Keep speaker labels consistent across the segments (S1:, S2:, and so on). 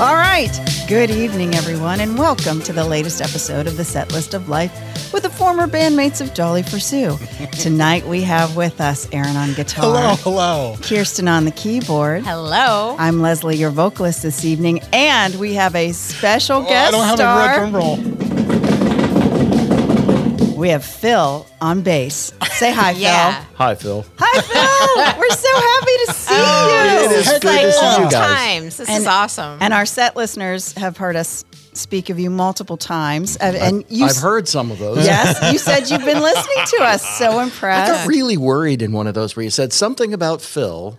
S1: All right. Good evening, everyone, and welcome to the latest episode of the Set List of Life with the former bandmates of Jolly Pursue. Tonight we have with us Aaron on guitar,
S2: Hello, hello.
S1: Kirsten on the keyboard.
S3: Hello.
S1: I'm Leslie, your vocalist this evening, and we have a special
S2: Oh,
S1: guest
S2: I don't have
S1: star.
S2: a red drum roll.
S1: We have Phil on bass. Say hi,
S3: Yeah.
S1: Phil.
S4: Hi, Phil.
S1: Hi, Phil. We're so happy to see you.
S4: It is
S2: Heck
S3: It's like
S2: yeah.
S3: old
S4: you guys.
S3: times. This
S1: And-
S3: is awesome.
S1: And our set listeners have heard us speak of you multiple times, and and you
S4: I've heard some of those.
S1: Yes, you said you've been listening to us. So
S4: I got
S1: impressed.
S4: really worried in one of those where you said something about Phil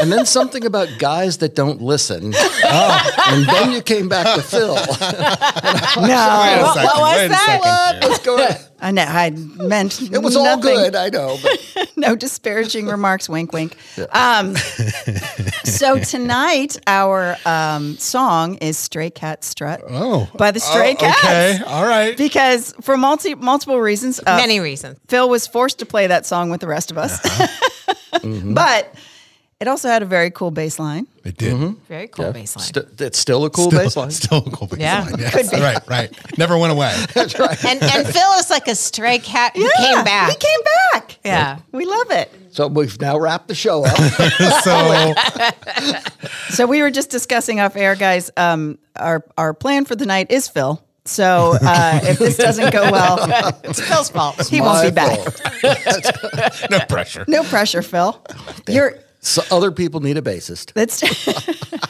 S4: and then something about guys that don't listen.
S1: Oh.
S4: And then you came back to Phil.
S2: Wait a
S1: No,
S3: What-
S2: second,
S3: what was
S2: wait a
S3: that?
S2: second here.
S4: What's going on?
S1: I, know, I meant
S4: It was all
S1: nothing.
S4: good, I know. But
S1: no disparaging remarks. Wink, wink. Um, so tonight our um, song is "Stray Cat Strut"
S2: Oh.
S1: by the Stray
S2: Oh,
S1: Cats.
S2: Okay, all right.
S1: Because for multi- multiple reasons, uh,
S3: Many reasons.
S1: Phil was forced to play that song with the rest of us.
S4: Uh-huh. Mm-hmm.
S1: but it also had a very cool bass line.
S2: It did.
S3: Very cool baseline.
S4: st- it's still a cool
S2: Still,
S4: baseline.
S2: still a cool baseline.
S3: Yeah.
S2: yes. Right, right. Never went away.
S3: and and Phil is like a stray cat who came back.
S1: He came back.
S3: yeah.
S1: We love it.
S4: So we've now wrapped the show up.
S2: so,
S1: So we were just discussing off air, guys. Um, our our plan for the night is Phil. So uh, if this doesn't go well, it's Phil's fault. He won't be
S4: My
S1: back.
S4: fault.
S2: no pressure.
S1: No pressure, Phil. You're
S4: So other people need a bassist.
S1: that's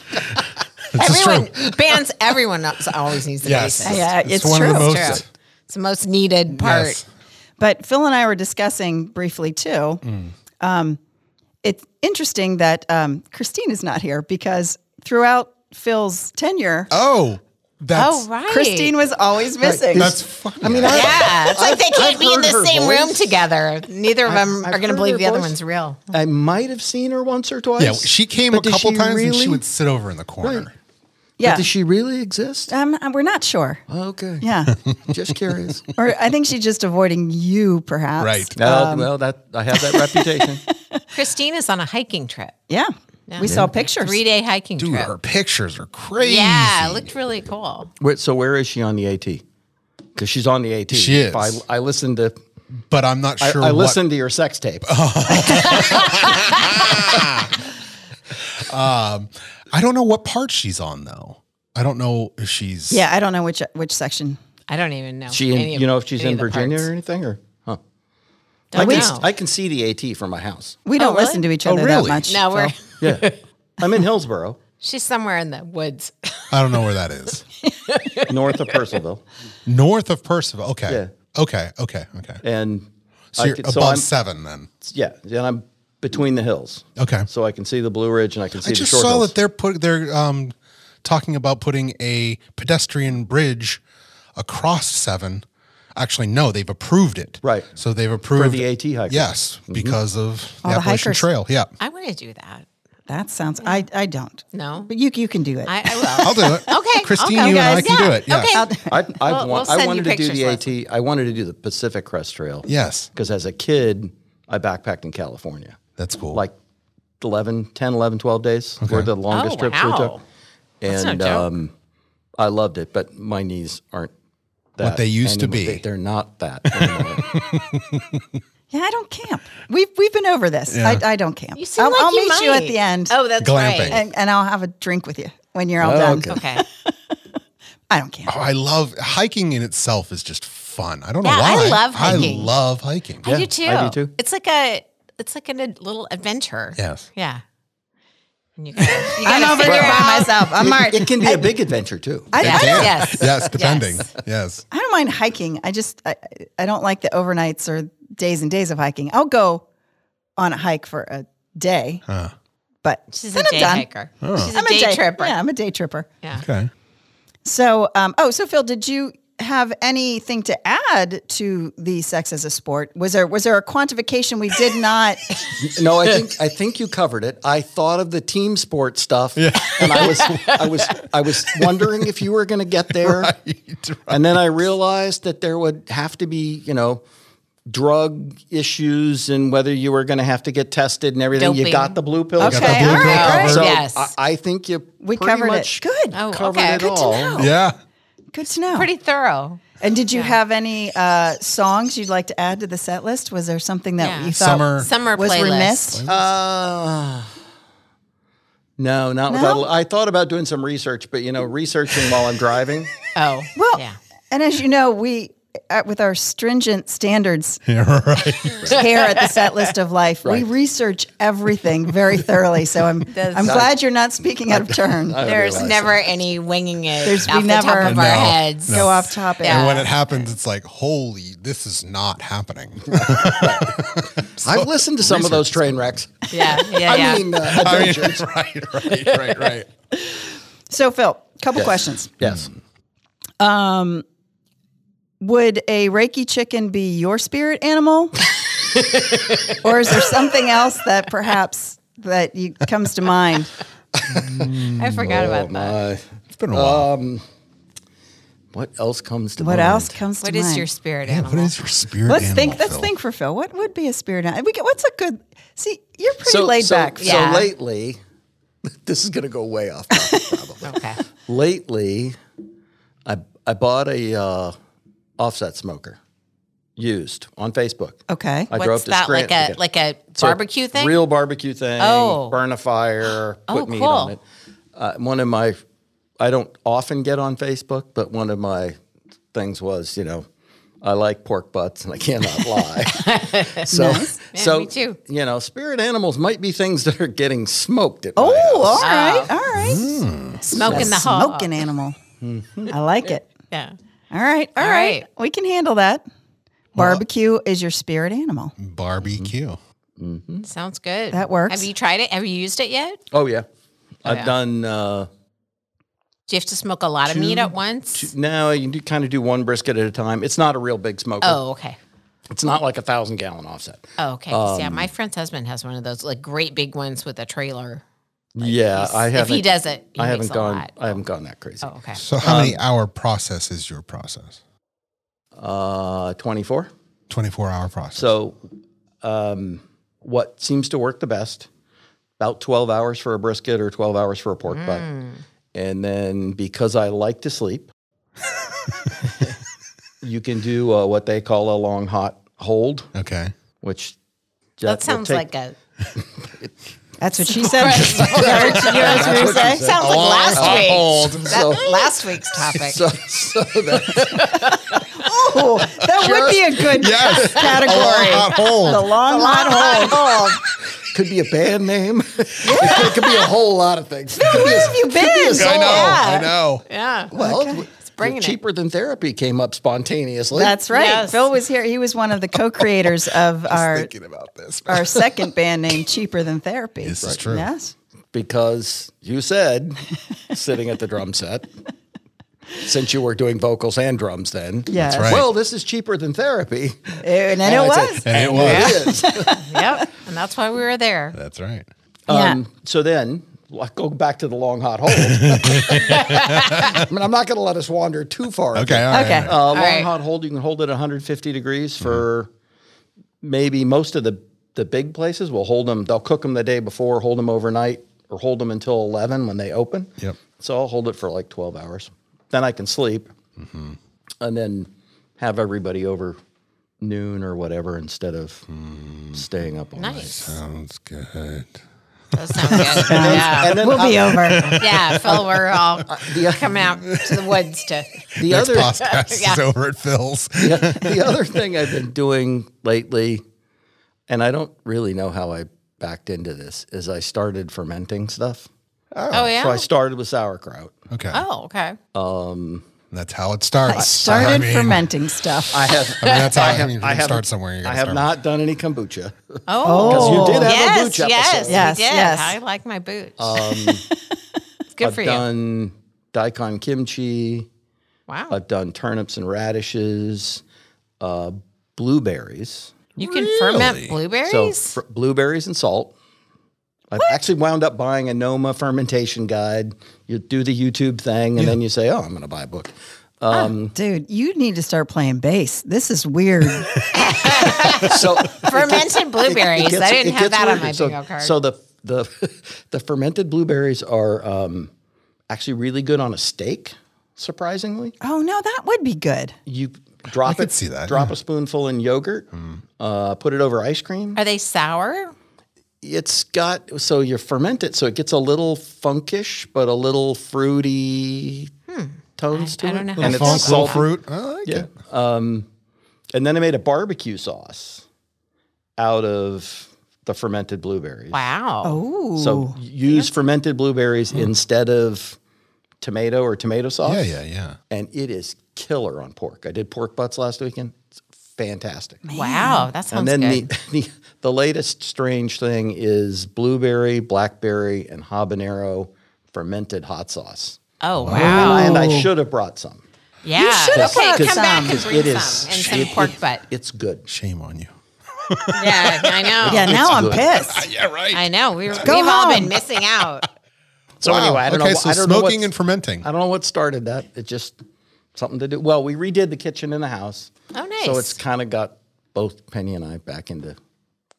S2: is
S3: Everyone bands everyone else always needs the
S2: Yes.
S3: basis.
S1: yeah, it's,
S2: one
S1: true.
S2: of the most.
S3: True. It's the most needed part.
S2: Yes.
S1: But Phil and I were discussing briefly too. Um, it's interesting that um, Christine is not here because throughout Phil's tenure,
S2: Oh, that's.
S3: Oh right.
S1: Christine was always missing.
S2: That's funny. I mean,
S3: Yeah. It's like they can't
S4: I've
S3: be in
S4: heard her
S3: the same room
S4: voice.
S3: together. Neither of them
S4: I've
S3: are gonna
S4: heard
S3: believe
S4: her
S3: the other
S4: voice.
S3: one's real.
S4: I might have seen her once or twice.
S2: yeah, she came
S4: But
S2: a
S4: does
S2: couple
S4: she
S2: times and
S4: really-
S2: she would sit over in the corner.
S4: Right.
S1: yeah,
S4: Does she really exist?
S1: um, we're not sure.
S4: Okay.
S1: Yeah, Um,
S4: Just curious.
S1: or I think she's just avoiding you, perhaps.
S2: Right.
S4: Uh, well, that I have that reputation.
S3: Christine is on a hiking trip.
S1: Yeah. We saw pictures.
S3: Three day hiking
S2: Dude,
S3: trip.
S2: her pictures are crazy.
S3: Yeah, it looked really cool.
S4: Wait, so where is she on the AT? Because she's on the AT.
S2: She
S4: If I,
S2: is.
S4: I listened to
S2: But I'm not
S4: I,
S2: sure.
S4: I
S2: what- Oh.
S4: listened to your sex tape.
S2: I don't know what part she's on, though. I don't know if she's.
S1: Yeah, I don't know which which section.
S3: I don't even know.
S4: She in,
S3: any of-
S4: you know if she's
S3: any
S4: in
S3: of the
S4: Virginia or
S3: parts.
S4: anything or huh?
S3: Don't
S4: I, can,
S3: know.
S4: I can see the AT from my house.
S1: We don't
S3: really?
S1: listen to each
S2: Oh,
S1: other that
S2: really?
S1: much.
S3: no, we're
S1: Phil.
S4: Yeah. I'm in Hillsboro,
S3: she's somewhere in the woods.
S2: I don't know where that is.
S4: north of Percival.
S2: North of Percival. Okay.
S4: Yeah.
S2: Okay. Okay. Okay.
S4: And
S2: So
S4: I
S2: you're
S4: can-
S2: above
S4: I'm,
S2: seven then.
S4: yeah, and I'm between the hills.
S2: Okay.
S4: So I can see the Blue Ridge and I can see
S2: I
S4: the
S2: just
S4: short
S2: saw
S4: hills.
S2: that they're put they're um, talking about putting a pedestrian bridge across seven. Actually, no, they've approved it.
S4: Right.
S2: So they've approved
S4: the AT hikers.
S2: Yes, because of the
S1: the
S2: Appalachian
S1: hikers.
S2: Trail. Yeah,
S3: I want to do that.
S1: That sounds I I don't.
S3: No.
S1: But you you can do it.
S3: I, I will.
S2: I'll do it.
S3: Okay,
S2: Christine,
S3: okay,
S2: you and I
S3: guys,
S2: can
S3: yeah,
S2: do it. Yes.
S3: okay.
S4: I, I,
S3: Well,
S4: want,
S3: we'll
S4: I
S3: send
S4: wanted
S3: you
S4: to do
S3: pictures,
S4: the AT. I wanted to do the Pacific Crest Trail.
S2: Yes,
S4: Because as a kid, I backpacked in California.
S2: that's cool.
S4: like 11, 10, 11, 12 days were the longest
S3: Oh,
S4: trips we
S3: wow.
S4: took.
S3: That's no
S4: And
S3: joke.
S4: um, I loved it, but my knees aren't that.
S2: they used to
S4: anymore.
S2: be.
S4: They, they're not that. anymore.
S1: yeah, I don't camp. We've we've been over this. I, I don't camp.
S3: You seem
S1: I'll,
S3: like
S1: I'll
S3: you
S1: meet you at
S3: might.
S1: the end.
S3: Oh, that's
S2: Glamping.
S3: right.
S1: and, and I'll have a drink with you when you're all
S4: Oh,
S1: done.
S4: okay.
S3: Okay.
S1: I don't camp.
S2: Oh, I love hiking in itself is just fun. I don't know
S3: Yeah, I
S2: why.
S3: love hiking.
S2: I love hiking.
S3: I do too.
S4: I do too.
S3: It's like a it's like an, a little adventure.
S2: Yes.
S3: Yeah. And you gotta, you
S1: I'm
S3: gotta
S1: over
S3: figure
S1: here by
S3: out-
S1: myself. I'm all right.
S4: it can be a big adventure too.
S1: I, I
S2: It
S1: don't,
S2: can.
S3: Yes.
S2: yes, depending.
S3: Yes.
S2: yes.
S1: I don't mind hiking. I just I, I don't like the overnights or days and days of hiking. I'll go on a hike for a day,
S2: Huh.
S1: but
S3: She's
S1: then
S3: a
S1: I'm
S3: day
S1: done.
S3: hiker. She's a day, tripper.
S1: Yeah, I'm a day tripper.
S3: Yeah.
S2: Okay.
S1: So, um, oh, so Phil, did you have anything to add to the sex as a sport? Was there was there a quantification we did not?
S4: No, I think I think you covered it. I thought of the team sport stuff, and I was I was I was wondering if you were going to get there, and then I realized that there would have to be you know drug issues and whether you were going to have to get tested and everything. You
S3: Doping.
S4: got the blue pill.
S2: the
S1: Okay,
S2: blue
S1: all
S2: pill
S1: right, all
S2: covered.
S1: right.
S4: So
S3: Yes.
S4: I, I think you
S1: We
S4: pretty
S1: covered it.
S4: much
S1: Good.
S3: Oh,
S4: covered
S3: okay,
S4: it
S3: good to
S4: all.
S3: know.
S2: Yeah.
S1: Good to know.
S3: Pretty thorough.
S1: and did you have any uh, songs you'd like to add to the set list? Was there something that
S3: Yeah.
S1: you thought
S2: Summer.
S3: Summer
S1: was
S3: playlist.
S1: remiss?
S4: Uh, no, not
S1: No?
S4: without. I thought about doing some research, but you know, researching while I'm driving.
S3: Oh,
S1: Well,
S3: yeah.
S1: and as you know, we uh, with our stringent standards
S2: Yeah, right.
S1: here at the set list of life,
S4: Right.
S1: we research everything very thoroughly. So I'm I'm glad you're not speaking out of turn.
S3: There's
S4: realize
S3: never any winging it
S1: There's-
S3: off
S1: we
S3: the
S1: never-
S3: top of our
S2: No,
S3: heads.
S1: Go off topic.
S2: And
S3: Yeah.
S2: when it happens, it's like, holy, this is not happening.
S4: I've listened to some of those train wrecks.
S3: Yeah, yeah, yeah.
S4: I mean, uh,
S2: I mean,
S4: adventures.
S2: right, right, right, right.
S1: So Phil, couple questions.
S4: yes.
S1: Would a Reiki chicken be your spirit animal? or is there something else that perhaps that you comes to mind?
S3: I forgot about that.
S4: My,
S2: It's been a while.
S4: mm, um, what else comes to
S1: What
S4: mind?
S1: else comes
S3: What
S1: to
S3: is
S1: mind?
S3: your spirit
S2: Yeah,
S3: animal?
S2: what is your spirit?
S1: Let's
S2: animal,
S1: think. Let's
S2: Phil?
S1: think for Phil. What would be a spirit animal? We get, what's a good? See, you're pretty laid
S4: so,
S1: back.
S4: So
S1: Phil.
S3: Yeah.
S4: lately, this is going to go way off. Topic, probably.
S3: okay.
S4: lately, I I bought a uh, offset smoker, used on Facebook.
S1: Okay.
S4: I drove
S3: What's
S4: to
S3: that
S4: Scranton
S3: like
S4: to
S3: a
S4: get-
S3: like a
S4: So,
S3: barbecue thing?
S4: Real barbecue thing.
S3: Oh.
S4: Burn a fire,
S3: Oh,
S4: put meat
S3: cool.
S4: on it. Uh, one of my, I don't often get on Facebook, but one of my things was, you know, I like pork butts and I cannot lie. so,
S3: Yeah,
S4: so
S3: me too.
S4: you know, spirit animals might be things that are getting smoked at my
S1: Oh, all
S4: house.
S1: right, all right.
S4: Hmm.
S3: Smoke in the hall.
S1: Smoking animal. I like it.
S3: Yeah.
S1: All right, all
S3: All
S1: right.
S3: right.
S1: We can handle that. Barbecue is your spirit animal.
S2: Barbecue.
S3: Sounds good.
S1: That works.
S3: Have you tried it? Have you used it yet?
S4: Oh, yeah. I've
S3: yeah.
S4: done, uh,
S3: Do you have to smoke a lot of meat at once?
S4: now you do kind of do one brisket at a time. It's not a real big smoker.
S3: oh, okay.
S4: It's not like a thousand gallon offset.
S3: Oh, okay. 'Cause,
S4: Um,
S3: yeah, my friend's husband has one of those like great big ones with a trailer.
S4: yeah, I
S3: if
S4: haven't.
S3: he does it, he
S4: I
S3: makes
S4: haven't
S3: a
S4: gone.
S3: lot.
S4: I haven't gone that crazy.
S3: Oh, okay.
S2: So, how many hour process is your process?
S4: Uh, 24.
S2: 24 hour process.
S4: So, um, what seems to work the best? About 12 hours for a brisket or 12 hours for a pork
S3: Mm.
S4: butt. And then because I like to sleep, you can do uh, what they call a long hot hold,
S2: okay.
S4: which
S3: That sounds like a
S1: That's what she said. Is that what you- that's what you say?
S3: sounds like last week.
S4: so,
S3: last week's topic.
S4: so, so that,
S1: Ooh, Oh, that would be a good
S2: Yes. A long
S1: category.
S2: hot hold.
S1: The long hot hold.
S4: could be a band name. it, could, it could be a whole lot of things. It could be a-
S1: Where have you been?
S2: I know.
S1: Yeah.
S2: I know.
S3: yeah.
S4: Well,
S3: bringing it.
S4: cheaper than therapy came up spontaneously.
S1: That's right.
S3: Yes.
S1: Phil was here. He was one of the co-creators of our
S2: Thinking about this.
S1: our second band name, Cheaper Than Therapy.
S2: This is true.
S1: Yes.
S4: because you said sitting at the drum set since you were doing vocals and drums then.
S1: Yes.
S2: right.
S4: Well, this is cheaper than therapy.
S1: And, and it
S4: I said-
S1: was.
S2: And it was.
S4: It is.
S3: Yep. And that's why we were there.
S2: That's right.
S1: Yeah.
S4: Um, so then, like, go back to the long hot hold. I mean, I'm not going to let us wander too far.
S2: Okay. All right.
S1: Okay.
S2: all right.
S4: Uh, long
S3: right.
S4: hot hold, you can hold it at 150 degrees for
S2: Mm-hmm.
S4: maybe most of the, the big places will hold them. They'll cook them the day before, hold them overnight, or hold them until 11 when they open.
S2: Yep.
S4: So I'll hold it for like 12 hours. Then I can sleep
S2: Mm-hmm.
S4: and then have everybody over noon or whatever instead of
S2: Mm.
S4: staying up all night.
S3: Nice.
S2: Sounds good.
S3: That sounds good. yeah.
S4: And then
S1: We'll
S4: uh,
S1: be over.
S3: Yeah. Phil, we're all
S4: the,
S3: coming out to the woods to.
S4: the
S2: Next
S4: other
S2: podcast is
S3: Yeah.
S2: over at Phil's.
S4: the other thing I've been doing lately, and I don't really know how I backed into this, is I started fermenting stuff.
S3: Oh, yeah.
S4: So I started with sauerkraut.
S2: Okay.
S3: oh, okay.
S4: Uh,
S2: That's how it starts. I
S1: Started
S2: mean,
S1: fermenting stuff.
S4: I have
S2: I mean, that's how I, mean, you
S4: I
S2: gotta start
S4: haven't-
S2: somewhere. You
S4: I
S2: gotta
S4: have
S2: start.
S4: not done any kombucha.
S3: Oh,
S4: You did have a
S3: yes,
S4: booch episode. Uh,
S3: yes, we
S1: Yes,
S3: did.
S1: yes.
S3: I like my boots. it's good
S4: Um, I've
S3: for you.
S4: done daikon kimchi.
S3: wow,
S4: I've done turnips and radishes, uh, blueberries.
S3: you can ferment
S4: So
S3: blueberries.
S4: fr- blueberries and salt. I've actually wound up buying a Noma fermentation guide. You do the YouTube thing, and then you say, "Oh, I'm going to buy a book."
S1: Dude, you need to start playing bass. This is weird.
S4: So
S3: Fermented blueberries.
S4: It gets-
S3: I didn't
S4: it
S3: have
S4: gets
S3: that on
S4: weirder.
S3: my
S4: so,
S3: bingo card.
S4: So the the the fermented blueberries are um, actually really good on a steak. Surprisingly,
S1: oh no, that would be good.
S4: you drop
S2: could
S4: it.
S2: see that,
S4: Drop a spoonful in yogurt.
S3: Mm-hmm.
S4: Uh, put it over ice cream.
S3: Are they sour?
S4: It's got so you ferment it, so it gets a little funkish, but a little fruity tones
S3: Hmm.
S4: to
S3: I
S4: it.
S3: don't know how
S4: And
S2: Funk,
S3: to feel
S4: it's
S3: about
S2: low
S4: salty.
S2: fruit. I like
S4: Yeah.
S2: it.
S4: Um, and then I made a barbecue sauce out of the fermented blueberries.
S3: Wow.
S1: Ooh.
S4: So use fermented blueberries instead of tomato or tomato sauce.
S2: Hmm. Yeah, yeah, yeah.
S4: And it is killer on pork. I did pork butts last weekend. It's fantastic.
S3: Wow. That
S4: And
S3: sounds
S4: then the,
S3: good.
S4: the the latest strange thing is blueberry, blackberry, and habanero fermented hot sauce.
S3: oh, wow.
S4: And I should have brought some.
S3: Yeah.
S1: should have
S3: okay,
S1: brought
S3: come
S1: some.
S3: back and
S1: Because
S3: bring
S4: it
S3: some.
S4: is-
S3: and some
S4: it-
S3: pork butt.
S4: It's good.
S2: Shame on you.
S3: Yeah, I know.
S1: yeah, now I'm
S4: good.
S1: pissed.
S2: Yeah, right.
S3: I know. We, we've
S1: go
S3: all
S1: home.
S3: been missing out.
S4: So anyway, I don't
S2: okay,
S4: know.
S2: so
S4: I don't know
S2: smoking
S4: what's-
S2: and fermenting.
S4: I don't know what started that. It just something to do. Well, we redid the kitchen in the house.
S3: Oh, nice.
S4: So it's kind of got both Penny and I back into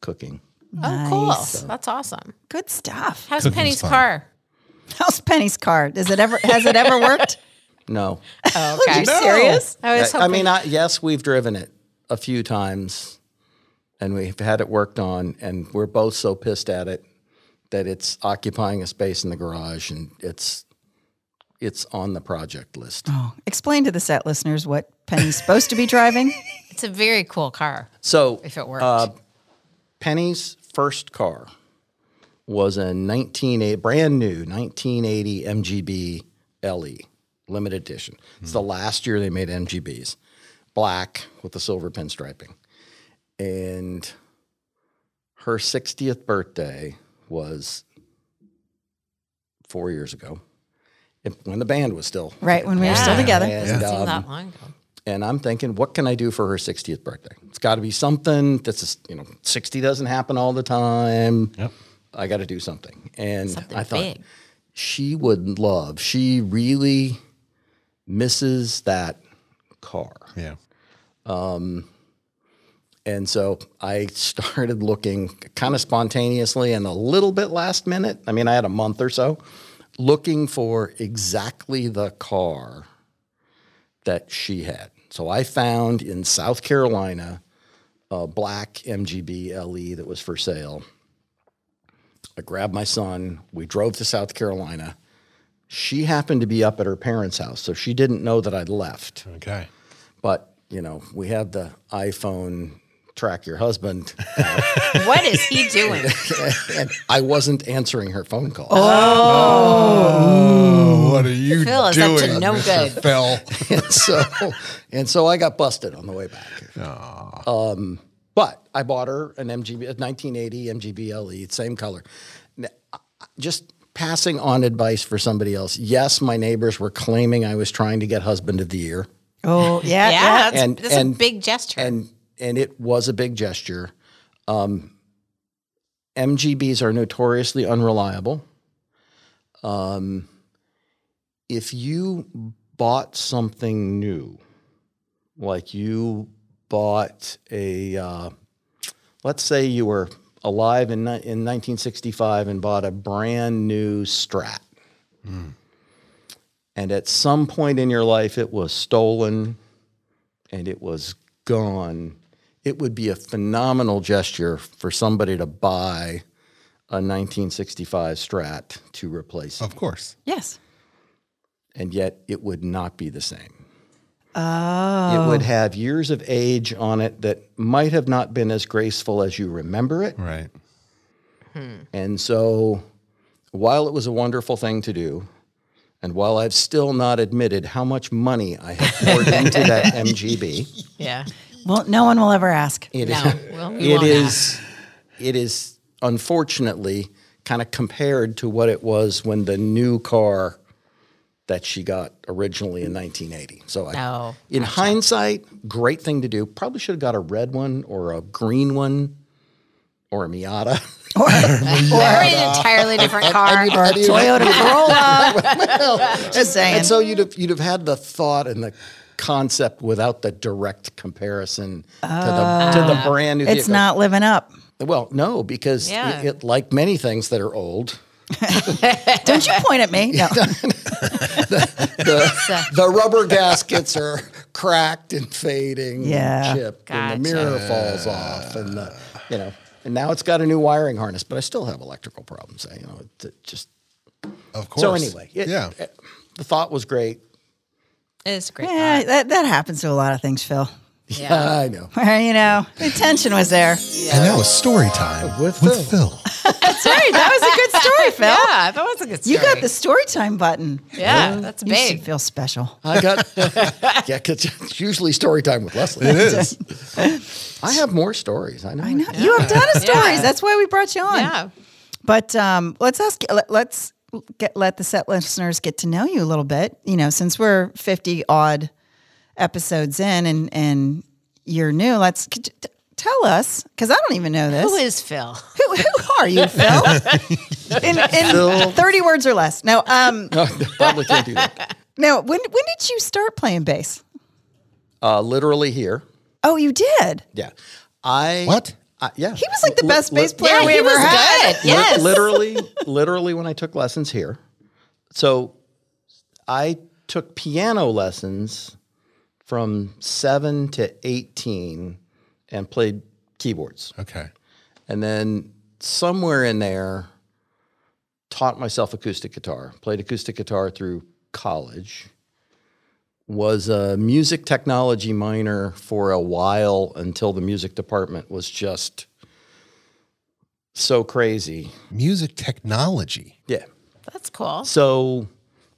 S4: cooking.
S3: Oh, cool. That's awesome.
S1: Good stuff.
S3: How's
S2: Cooking's
S3: Penny's
S2: fun.
S3: car?
S1: How's Penny's card? Is it ever has it ever worked?
S4: No,
S3: Oh,
S1: Are
S3: okay.
S1: you serious?
S3: I was
S4: I, I
S3: hoping.
S4: mean, I, yes, we've driven it a few times, and we've had it worked on, and we're both so pissed at it that it's occupying a space in the garage, and it's it's on the project list.
S1: Explain to the set listeners what Penny's supposed to be driving.
S3: it's a very cool car.
S4: So uh,
S3: If it worked.
S4: Penny's first car was a 1980, brand new 1980 MGB LE E, limited edition. It's the last year they made MGBs, black with the silver pinstriping. And her 60th birthday was four years ago if- when the band was still.
S1: Right when we were still
S3: Yeah.
S1: together.
S4: And,
S3: Seemed
S4: um,
S3: that long ago.
S4: and I'm thinking, what can I do for her 60th birthday? It's got to be something that's, just, you know, 60 doesn't happen all the time.
S2: Yep.
S4: I got to do something. And
S3: Something
S4: I thought
S3: big.
S4: she would love, she really misses that car.
S2: Yeah.
S4: And so I started looking kind of spontaneously and a little bit last minute. I mean, I had a month or so looking for exactly the car that she had. So I found in South Carolina a black MGB LE E that was for sale. I grabbed my son. We drove to South Carolina. She happened to be up at her parents' house, so she didn't know that I'd left
S2: Okay.
S4: but you know we have the iphone track your husband
S3: What is he doing?
S4: and i wasn't answering her phone call
S2: Oh, What are you
S3: Phil is up
S2: doing?
S3: to no
S2: Mr. Phil?
S3: good.
S4: and so and so i got busted on the way back um, but i bought her an mgb a 1980 mgb le E, same color N- I- I- just passing on advice for somebody else yes my neighbors were claiming i was trying to get husband of the year
S1: Oh yeah,
S3: Yeah,
S1: yeah.
S3: that's,
S4: And-
S3: that's
S4: and-
S3: a big gesture.
S4: and and it was a big gesture. Um, MGBs are notoriously unreliable. Um, if you bought something new, like you bought a, uh, let's say you were alive in ni- in 1965 and bought a brand new Strat. And at some point in your life, it was stolen and it was gone, it would be a phenomenal gesture for somebody to buy a 1965 Strat to replace it.
S2: Of course.
S1: yes.
S4: And yet it would not be the same. It would have years of age on it that might have not been as graceful as you remember it.
S2: Right.
S4: And so, while it was a wonderful thing to do, and while I've still not admitted how much money I have poured into that MGB,
S3: yeah.
S1: Well, no one will ever ask.
S4: it is.
S3: No. Well, we
S4: it
S3: won't ask.
S4: is it is unfortunately kind of compared to what it was when the new car that she got originally in 1980 so I,
S3: No.
S4: in hindsight great thing to do probably should have got a red one or a green one or a miata
S1: Or,
S3: They're in entirely different car.
S4: And- and you'd-
S1: Toyota Corolla. Just saying.
S4: And so you'd have you'd have had the thought and the concept without the direct comparison to the to the brand new.
S1: Oh. it's
S4: vehicle.
S1: not living up.
S4: Well, no, because it-
S3: Yeah.
S4: it, like many things that are old,
S1: Don't you point at me. No.
S3: So-
S4: the rubber gaskets are cracked and fading,
S1: Yeah.
S4: and chipped, and the
S3: Gotcha.
S4: mirror falls off, and the, you know, and now it's got a new wiring harness, but I still have electrical problems. I, you know, it, it just
S2: Of course.
S4: so anyway. it-
S2: yeah.
S4: it- the thought was great.
S3: it's a great.
S1: Yeah,
S3: car.
S1: that, that happens to a lot of things, Phil.
S3: Yeah.
S4: I know.
S1: you know, the tension was there.
S2: And that was story time
S4: With
S2: with,
S4: Phil.
S2: Phil.
S1: That's right. That was a good story, Phil.
S3: Yeah, that was a good story.
S1: You got the story time button.
S3: Yeah, that's
S1: You should
S3: big.
S1: feel special.
S4: I got yeah. 'cause it's usually story time with Leslie.
S2: It is.
S4: I have more stories. I know.
S1: I know. You have done of stories.
S3: Yeah.
S1: That's why we brought you on.
S3: Yeah.
S1: But um, let's ask. let- Let's get let the set listeners get to know you a little bit. You know, since we're fifty odd episodes in, and and you're new. Let's could you t- tell us because I don't even know this.
S3: Who is Phil?
S1: who, who are you, Phil? in in thirty words or less. No. Um.
S4: No, probably can't do that.
S1: No. When when did you start playing bass?
S4: Uh, literally here.
S1: Oh, you did.
S4: Yeah. I
S2: What?
S4: I- yeah.
S1: He was like the best bass player
S3: Yeah,
S1: we
S3: he
S1: ever
S3: was
S1: had.
S3: good. Yes.
S4: literally, literally when I took lessons here. So I took piano lessons from seven to eighteen and played keyboards.
S2: Okay.
S4: And then somewhere in there, taught myself acoustic guitar, played acoustic guitar through college, was a music technology minor for a while until the music department was just so crazy.
S2: Music technology.
S4: Yeah.
S3: That's cool.
S4: So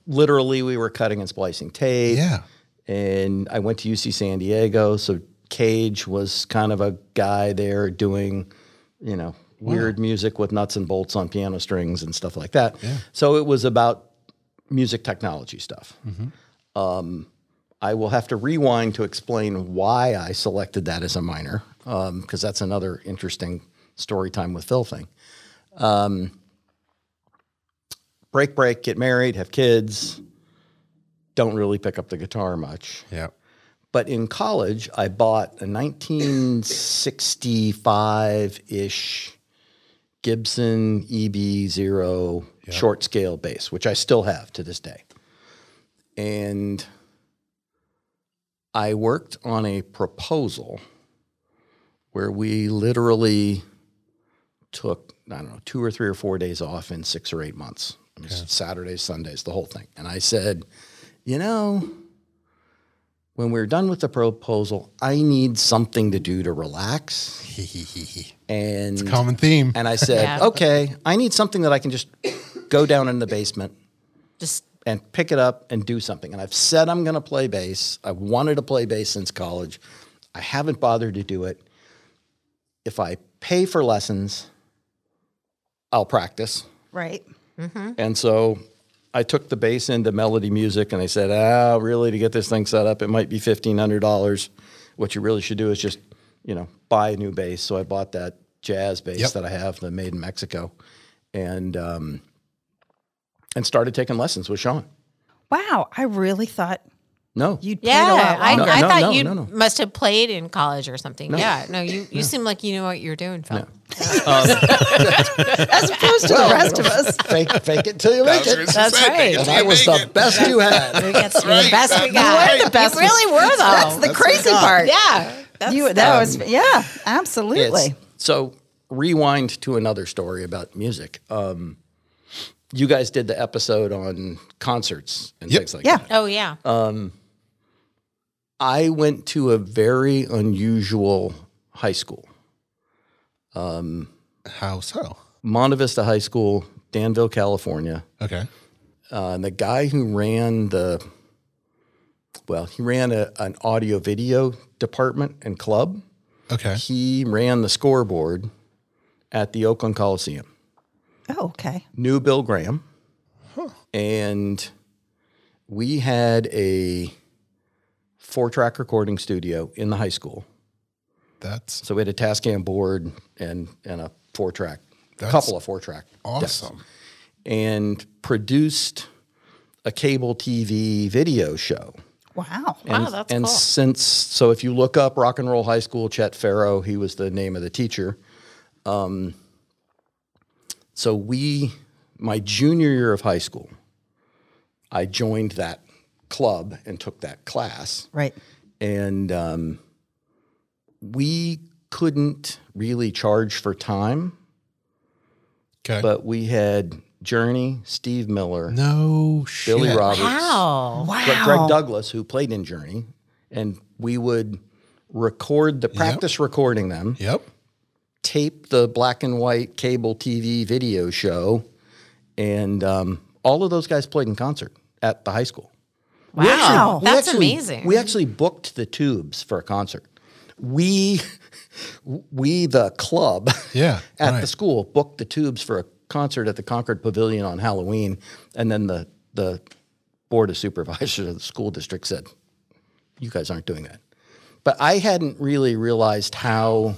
S4: literally, we were cutting and splicing tape
S2: Yeah.
S4: and I went to UC San Diego. So Cage was kind of a guy there doing, you know, weird music with nuts and bolts on piano strings and stuff like that. So it was about music technology stuff. Um, I will have to rewind to explain why I selected that as a minor, because that's another interesting story time with Phil thing. Um, break, break, get married, have kids. Don't really pick up the guitar much.
S2: Yeah.
S4: But in college, I bought a 1965 ish Gibson EB0 short scale bass, which I still have to this day. And I worked on a proposal where we literally took, I don't know, two or three or four days off in six or eight months. It was Saturdays, Sundays, the whole thing. And I said, you know, when we're done with the proposal, I need something to do to relax. and
S2: Common theme.
S4: and I said,
S3: Yeah.
S4: okay, I need something that I can just go down in the basement
S3: Just
S4: and pick it up and do something. And I've said I'm going to play bass. I've wanted to play bass since college. I haven't bothered to do it. If I pay for lessons, I'll practice.
S1: Right.
S4: And so I took the bass into Melody Music and they said, ah, really, to get this thing set up, it might be $1,500. What you really should do is just, you know, buy a new bass. So I bought that jazz bass
S2: Yep.
S4: that I have, the made in Mexico, and, um, and started taking lessons with Sean.
S1: Wow. I really thought
S4: No.
S1: you'd played a
S3: yeah.
S1: lot.
S3: I,
S4: No,
S3: I
S4: no,
S3: thought
S4: no,
S3: you
S4: no, no.
S3: must have played in college or something. Yeah. No, you, you seem like you know what you're doing, Phil.
S1: as opposed to the rest of us.
S4: fake, fake it till you make it.
S3: That's right.
S4: And I was the best you had.
S3: We got to be the best we
S1: You
S3: got.
S1: were the best.
S3: You really were, though.
S1: That's the crazy part.
S3: yeah. That's
S1: You, that was yeah, absolutely.
S4: It's- so rewind to another story about music. Um, you guys did the episode on concerts and
S2: Yep.
S4: things like
S1: Yeah.
S4: that.
S3: Oh yeah.
S4: I went to a very unusual high school.
S2: How so?
S4: Monta Vista High School, Danville, California.
S2: Okay.
S4: Uh, and the guy who ran the, well, he ran a, an audio video department and club.
S2: Okay.
S4: He ran the scoreboard at the Oakland Coliseum.
S1: Oh, okay.
S4: knew Bill Graham, and we had a four track recording studio in the high school.
S2: That's
S4: So we had a Tascam board and and a four track couple of four track.
S2: Awesome.
S4: And produced a cable TV video show.
S1: Wow.
S3: Wow,
S4: And-
S3: Ah, that's
S4: and
S3: cool.
S4: since so if you look up rock and roll high school chet farrow he was the name of the teacher um, so we my junior year of high school i joined that club and took that class
S1: Right.
S4: and um, we couldn't really charge for time
S2: Okay.
S4: but we had journey steve miller
S2: no shit.
S4: billy roberts
S3: Wow.
S4: Gre-
S1: Wow.
S4: Greg Douglas, who played in Journey, and we would record the practice recording them,
S2: Yep.
S4: tape the black and white cable TV video show, and um, all of those guys played in concert at the high school.
S3: Wow.
S1: actually- we
S3: That's
S4: actually-
S3: amazing.
S4: We actually booked the tubes for a concert. We, we the club
S2: Yeah,
S4: at
S2: right.
S4: the school booked the tubes for a concert at the Concord Pavilion on Halloween, and then the the board of supervisors of the school district said, "You guys aren't doing that." But I hadn't really realized how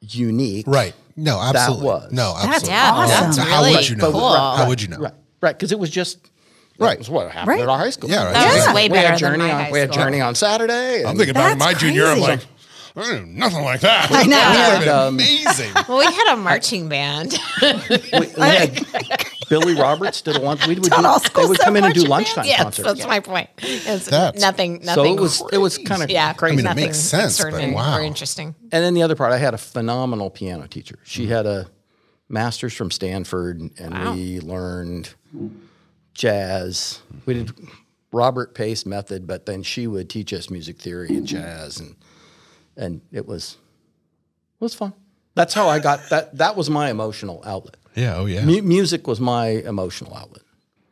S4: unique,
S2: Right. No, absolutely.
S4: was.
S2: No,
S1: That's
S2: absolutely.
S3: yeah,
S1: awesome.
S3: that's
S2: So
S3: really
S2: how would you know?
S3: cool.
S2: that? How would you know?
S4: Right, right, because it was just that
S2: Right.
S4: was what happened
S1: Right.
S4: at our high school.
S2: Yeah, right.
S3: That
S2: Yeah.
S3: was way
S4: we had
S3: better
S4: journey
S3: than my
S4: on
S3: high
S4: we had
S3: school.
S4: journey on Saturday. and-
S2: I'm thinking about
S1: That's
S2: it, my junior year. I'm
S1: crazy.
S2: like, "Mm, nothing like that.
S1: I know.
S2: That
S4: We had, um,
S2: amazing.
S3: Well, we had a marching band.
S4: we, we had Billy Roberts did a lunch. We would do,
S1: all
S4: they
S1: schools
S4: would
S1: so
S4: come in and do
S1: much, man.
S4: lunchtime
S3: yes,
S4: concerts.
S3: that's my point. It's
S2: That's
S3: nothing.
S4: so
S3: Nothing.
S4: it was it was kind of
S3: yeah,
S4: crazy.
S2: I mean, it
S3: nothing
S2: makes sense, but
S3: extraordinary
S2: wow.
S3: or interesting.
S4: And then the other part, I had a phenomenal piano teacher. She had a master's from Stanford, and we learned jazz. We did Robert Pace method, but then she would teach us music theory and jazz, and and it was it was fun. That's how I got that. That was my emotional outlet.
S2: yeah. Oh yeah.
S4: Mu- music was my emotional outlet.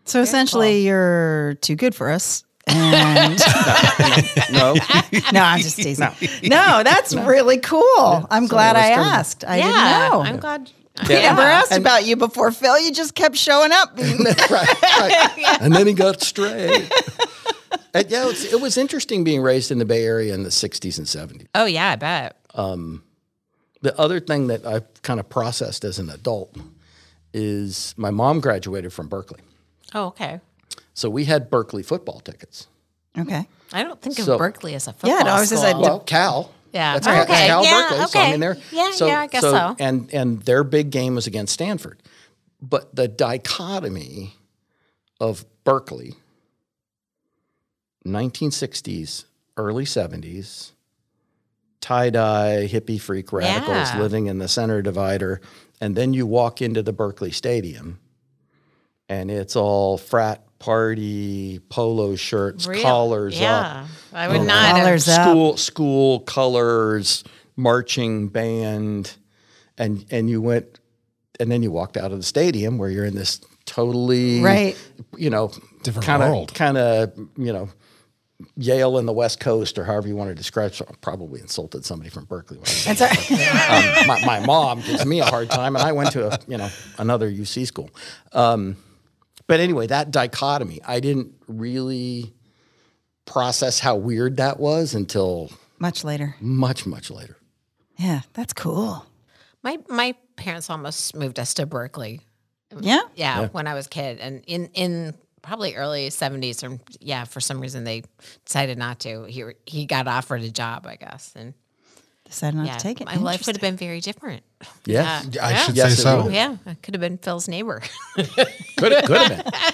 S1: So essentially, you're too good for us. And
S4: No.
S1: no, I'm just teasing. No, that's really cool. I'm glad I
S4: turned-
S1: asked. I
S3: yeah,
S1: didn't know.
S3: I'm glad.
S1: We never asked about you before, Phil. You just kept showing up.
S4: right, right. And then he got straight. And yeah, it's, it was interesting being raised in the Bay Area in the 60s and 70s.
S3: Oh yeah, I bet.
S4: The other thing that I kind of processed as an adult is my mom graduated from Berkeley.
S3: Oh okay.
S4: So we had Berkeley football tickets.
S1: okay.
S3: I don't think
S4: So-
S3: of Berkeley as a football
S1: Yeah, no, I was just
S3: school.
S1: like-
S4: Well, Cal.
S3: Yeah. Oh,
S4: That's Cal, that's
S3: Okay.
S4: Cal
S3: Yeah,
S4: Berkeley. So I
S3: okay.
S4: mean, they're,
S3: Yeah, yeah, I guess so.
S4: And and their big game was against Stanford, but the dichotomy of Berkeley, 1960s, early 70s, tie dye hippie freak radicals
S3: Yeah.
S4: living in the center divider, and then you walk into the Berkeley Stadium, and it's all frat party polo shirts,
S3: Real-
S4: collars uh,
S3: Yeah,
S4: up
S3: I would not. Have,
S1: Dollars up.
S4: school school colors marching band and and you went and then you walked out of the stadium where you're in this totally
S1: Right.
S4: you know
S2: Different
S4: kind of
S2: world.
S4: kind of you know Yale and the West Coast, or however you want to describe. So I probably insulted somebody from Berkeley. when I was
S1: That's all right.
S4: um, my, my mom gives me a hard time, and I went to a, you know another UC school. Um, but anyway, that dichotomy, I didn't really process how weird that was until
S1: Much later.
S4: much much later.
S1: Yeah, that's cool.
S3: my my parents almost moved us to Berkeley.
S1: Yeah.
S3: Yeah, when I was a kid, and in in probably early seventies, or yeah, for some reason they decided not to. He he got offered a job, I guess, and
S1: Decided not
S3: yeah,
S1: to take it.
S3: my life would
S1: Interesting.
S3: have been very different.
S4: Yes,
S2: I should
S4: Yes,
S2: say
S4: it
S2: so.
S4: would.
S3: Yeah, I could have been Phil's neighbor.
S4: could have, could have been.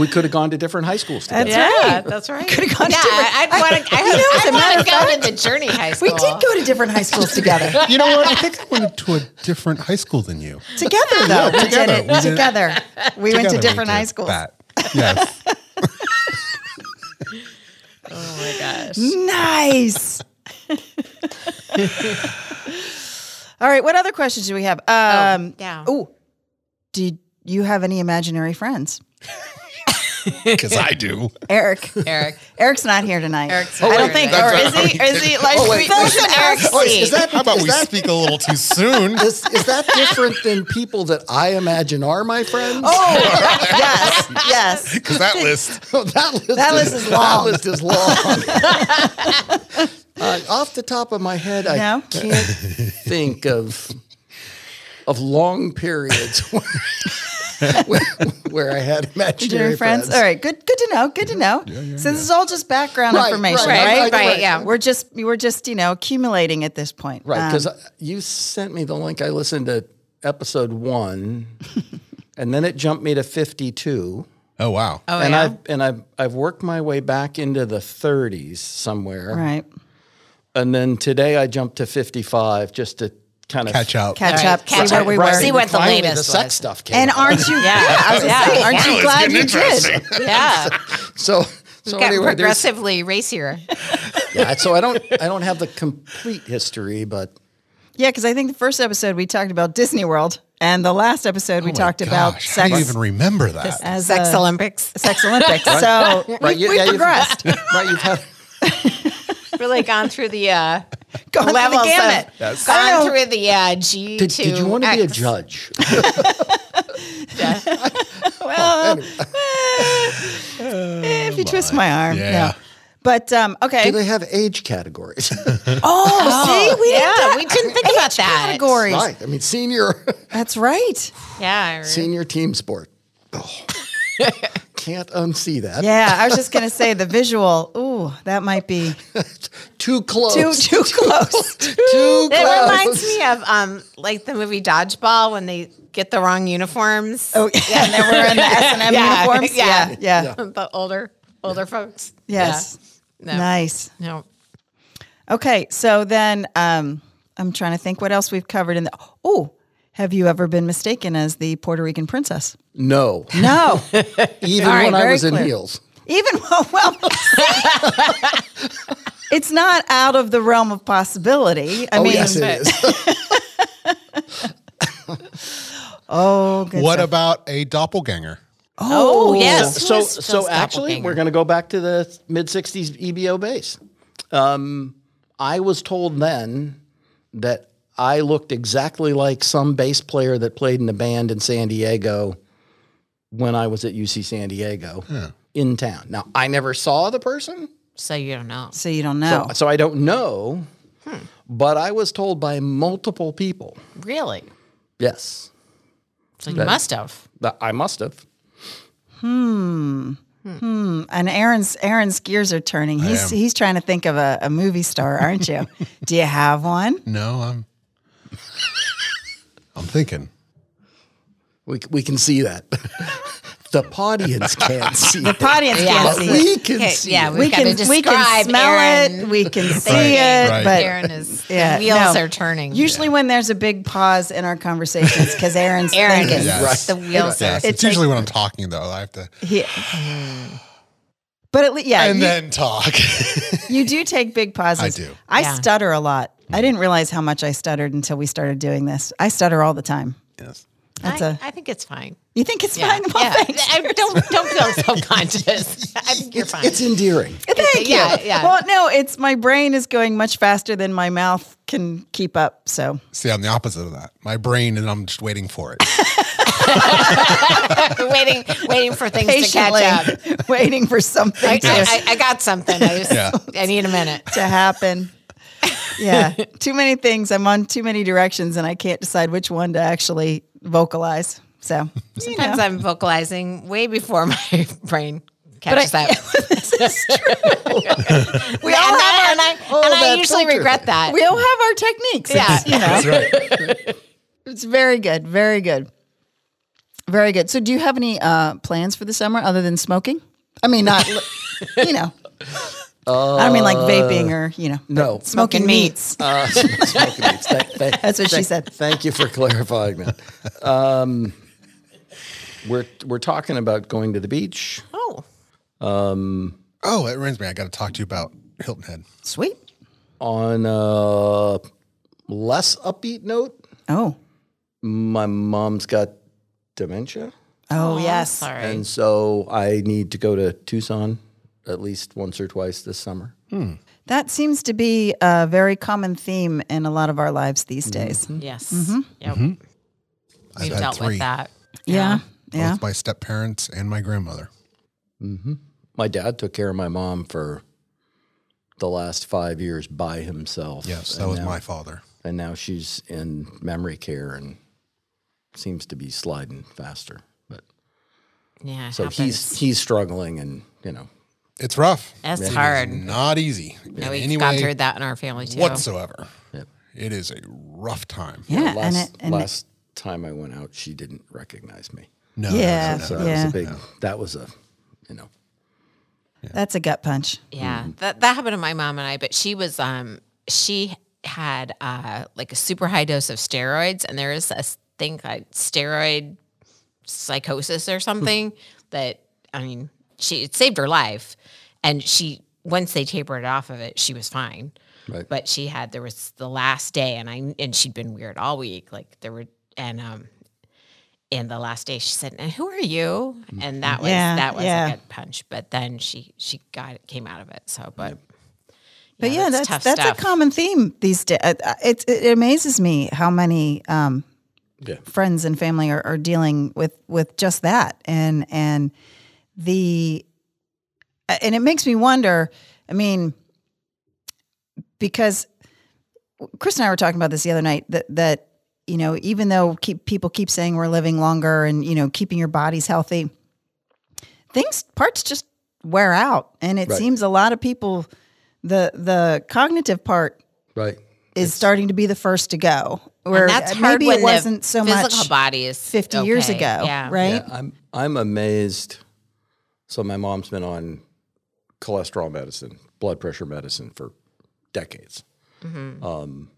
S4: We could have gone to different high schools together.
S1: That's right.
S3: that's right.
S1: Could have gone to
S3: yeah,
S1: different-
S3: I- I'd want to. I,
S1: as a
S3: I,
S1: matter
S3: would
S1: of
S3: go to the Journey High School.
S1: We did go to different high schools together.
S2: You know what? I think I went to a different high school than you.
S1: Together though, we
S2: together.
S1: did it
S2: We did-
S1: together. We went
S2: Together
S1: to
S2: we
S1: different
S2: did
S1: high schools.
S2: That. Yes.
S3: Oh my gosh.
S1: Mm. Nice. All right. What other questions do we have? Um,
S3: yeah.
S1: Oh, did you have any imaginary friends?
S2: Because I do.
S1: Eric.
S3: Eric.
S1: Eric's not here tonight.
S3: Eric's
S1: I
S3: not
S1: don't
S3: here
S1: think. Or
S3: tonight.
S1: is he? Is he like?
S4: Oh, wait.
S1: Phil's in Eric's
S4: Oh,
S1: seat.
S4: is that
S2: How about
S4: is
S2: we
S4: that,
S2: speak a little too soon?
S4: is, is that different than people that I imagine are my friends?
S1: Oh, yes, yes.
S2: Because that list.
S4: that list,
S1: That list is long.
S4: That list is long. uh, off the top of my head, I
S1: No?
S4: can't think of. of long periods where, where, where I had imaginary
S1: Imaginary friends. All right, good. Good to know. Good to know. so this is all just background
S4: Right,
S1: information,
S4: right,
S1: right?
S4: right,
S3: right, Right, yeah.
S1: We're just we're just you know accumulating at this point,
S4: Right,
S1: Um,
S4: because you sent me the link. I listened to episode one, and then it jumped me to fifty-two,
S2: Oh wow.
S3: Oh,
S4: and
S3: yeah.
S4: I've and I've I've worked my way back into the thirties somewhere,
S1: right.
S4: and then today I jumped to fifty-five just to kind of
S2: Catch up.
S1: Catch
S3: All right,
S1: up.
S3: catch
S1: see where
S3: up.
S1: we
S3: Right.
S1: were.
S3: See what the
S4: finally
S3: latest
S4: the sex
S3: was.
S4: stuff came.
S1: and
S4: up.
S1: aren't you? Yeah, I was
S3: Yeah.
S1: gonna say, aren't
S3: Now
S1: you
S3: it's
S1: glad you did?
S5: interesting.
S3: yeah.
S4: so so
S3: Got
S4: anyway, there's-
S3: progressively racier.
S4: yeah, so I don't I don't have the complete history, but
S1: Yeah, because I think the first episode we talked about Disney World, and the last episode we
S2: Oh my
S1: talked about
S2: gosh, How do you
S1: sex
S2: even remember that?
S1: as
S3: Sex
S1: a-
S3: Olympics.
S1: sex Olympics. So
S4: right,
S1: we, we
S4: you've-
S1: progressed.
S4: right, you've had
S3: Really gone through the uh,
S1: Gone through the
S3: levels of-
S1: gamut. I
S3: gone
S1: know.
S3: through the uh, G
S4: did, did you want to be a
S3: X.
S4: judge?
S1: well, eh, if you twist my arm,
S2: Yeah.
S1: no. But um, okay.
S4: Do they have age categories?
S1: oh, see, we
S3: yeah,
S1: didn't
S3: we didn't think about that.
S1: categories.
S4: right. I mean, senior
S1: That's right.
S3: Yeah.
S4: senior team sport. Oh. Can't unsee that.
S1: Yeah, I was just gonna say the visual. Ooh, that might be
S4: Too close.
S1: too too close.
S4: Too
S3: It
S4: close.
S3: reminds me of um, like the movie Dodgeball when they get the wrong uniforms.
S1: Oh, yeah, and then we're in the S and M
S3: Yeah,
S1: uniforms.
S3: yeah.
S1: Yeah, yeah.
S4: Oh.
S3: the older older folks.
S1: Yes.
S3: Yeah. No.
S1: Nice.
S3: No.
S1: Okay, so then um, I'm trying to think what else we've covered in the. Oh, have you ever been mistaken as the Puerto Rican princess?
S4: No.
S1: No,
S4: Even
S1: All right,
S4: when I
S1: very
S4: was in
S1: clear.
S4: heels.
S1: even well, well it's not out of the realm of possibility. I
S4: oh,
S1: mean,
S4: yes, it is.
S1: oh, good
S2: What
S1: stuff.
S2: about a doppelganger?
S3: Oh, yes.
S4: so,
S3: Who's
S4: so
S3: Phil's
S4: actually,
S3: doppelganger?
S4: we're going to go back to the mid 60s EBO base. Um, I was told then that I looked exactly like some bass player that played in the band in San Diego when I was at UC San Diego in town. Now, I never saw the person.
S3: so you don't know.
S1: So you don't know.
S4: So I don't know, but I was told by multiple people.
S3: Really?
S4: Yes,
S3: So you must have.
S4: that I must have.
S1: and Aaron's Aaron's gears are turning. He's he's trying to think of a, a movie star, aren't you? Do you have one?
S2: No, I'm. I'm thinking.
S4: We, we can see that. the audience can't see it,
S1: Audience
S3: Yeah.
S1: can't
S4: but
S1: see. it.
S4: we can
S3: Okay,
S4: see
S3: yeah,
S4: it.
S3: we-
S1: We
S3: gotta
S1: can we can
S3: describe
S1: smell it.
S3: Aaron.
S1: We can see it,
S2: Right.
S1: but
S3: Aaron is.
S1: Yeah,
S3: the wheels
S1: no.
S3: are turning.
S1: Usually, when there's a big pause in our conversations, because Aaron's
S3: Aaron
S1: thinking,
S3: is.
S2: Yes.
S3: The wheels
S2: Yes,
S3: are.
S2: it's, usually when I'm talking though. I have to
S1: he, but at least, yeah,
S2: and
S1: you,
S2: then talk.
S1: you do take big pauses.
S2: I do. Mm.
S1: I
S3: Yeah.
S1: stutter a lot. I didn't realize how much I stuttered until we started doing this. I stutter all the time.
S2: yes.
S1: That's
S3: I,
S1: a-
S3: I think it's fine.
S1: You think it's
S3: Yeah.
S1: fine? Well,
S3: yeah.
S1: thanks.
S3: I don't don't feel self-conscious. I think you're fine.
S4: It's endearing.
S1: Thank
S3: yeah,
S1: you.
S3: yeah.
S1: Well, no, it's my brain is going much faster than my mouth can keep up. So
S2: See, I'm the opposite of that. My brain, and I'm just waiting for it.
S3: We're waiting waiting for things
S1: patiently
S3: to catch up.
S1: waiting for
S3: I,
S1: something to,
S3: I, I got something. I just
S2: Yeah.
S3: I need a minute.
S1: to happen. Yeah. too many things. I'm on too many directions and I can't decide which one to actually vocalize. So you know.
S3: Sometimes I'm vocalizing way before my brain catches up.
S1: we all
S3: and
S1: have
S3: I,
S1: our,
S3: and I,
S4: all
S3: and I
S4: that
S3: usually
S4: filter.
S3: regret that.
S1: we all have our techniques.
S3: yeah.
S1: It's, you know. It's very good. Very good. Very good. So do you have any uh, plans for the summer other than smoking? I mean not you know. I don't mean like vaping or, you know.
S4: No.
S1: Uh, smoking meats.
S4: Uh, smoking meats. Thank- thank-
S1: That's what she
S4: thank-
S1: said.
S4: Thank you for clarifying that. Um, we're, we're talking about going to the beach.
S3: Oh,
S2: oh, it reminds me. I got to talk to you about Hilton Head.
S1: Sweet.
S4: On a less upbeat note,
S1: Oh.
S4: my mom's got dementia.
S1: Oh, yes.
S3: sorry.
S4: And so I need to go to Tucson at least once or twice this summer.
S1: That seems to be a very common theme in a lot of our lives these days.
S4: Mm-hmm.
S3: Yes.
S1: Mm-hmm.
S3: Yep. We've
S2: had
S3: dealt
S2: three.
S3: with that.
S1: Yeah.
S2: Both
S1: Yeah.
S2: my step parents and my grandmother.
S4: My dad took care of my mom for the last five years by himself.
S2: Yes, that was my father.
S4: And now she's in memory care and seems to be sliding faster. But
S3: Yeah. it
S4: so
S3: happens.
S4: he's he's struggling, and you know,
S2: It's rough.
S3: that's hard.
S2: Not easy.
S3: Yeah,
S2: in
S3: we've
S2: any
S3: gone
S2: way
S3: through that in our family too.
S2: whatsoever.
S4: Yep.
S2: It is a rough time.
S1: Yeah,
S4: last
S1: and it, and it-
S4: last time I went out, she didn't recognize me.
S2: No,
S1: yeah,
S2: no, no,
S4: So
S1: yeah.
S4: that was a big. That was a, you know,
S1: that's a gut punch.
S3: Yeah, that that happened to my mom and I, but she was um she had uh like a super high dose of steroids, and there is a s- thing like steroid psychosis or something that I mean she it saved her life, and she once they tapered off of it, she was fine.
S4: Right.
S3: But she had there was the last day, and I and she'd been weird all week. Like there were and um. And the last day, she said, "And who are you?" And that was
S1: Yeah,
S3: that was
S1: yeah.
S3: a good punch, but then she she got it came out of it. So, but
S1: But yeah, that's
S3: tough
S1: that's,
S3: stuff.
S1: a common theme these days. It, it amazes me how many um,
S4: Yeah.
S1: friends and family are, are dealing with with just that, and and the and it makes me wonder. I mean, because Chris and I were talking about this the other night that that you know even though keep people keep saying we're living longer and you know keeping your bodies healthy, things parts just wear out, and it
S4: Right.
S1: seems a lot of people the the cognitive part
S4: right.
S1: is starting to be the first to go. Where
S3: and that's hard
S1: Uh, maybe
S3: when
S1: it wasn't so
S3: the
S1: much
S3: physical body is
S1: 50 years
S3: okay.
S1: ago,
S3: Yeah.
S1: right?
S4: Yeah, I'm I'm amazed. So my mom's been on cholesterol medicine, blood pressure medicine for decades.
S1: Mm-hmm.
S4: Um,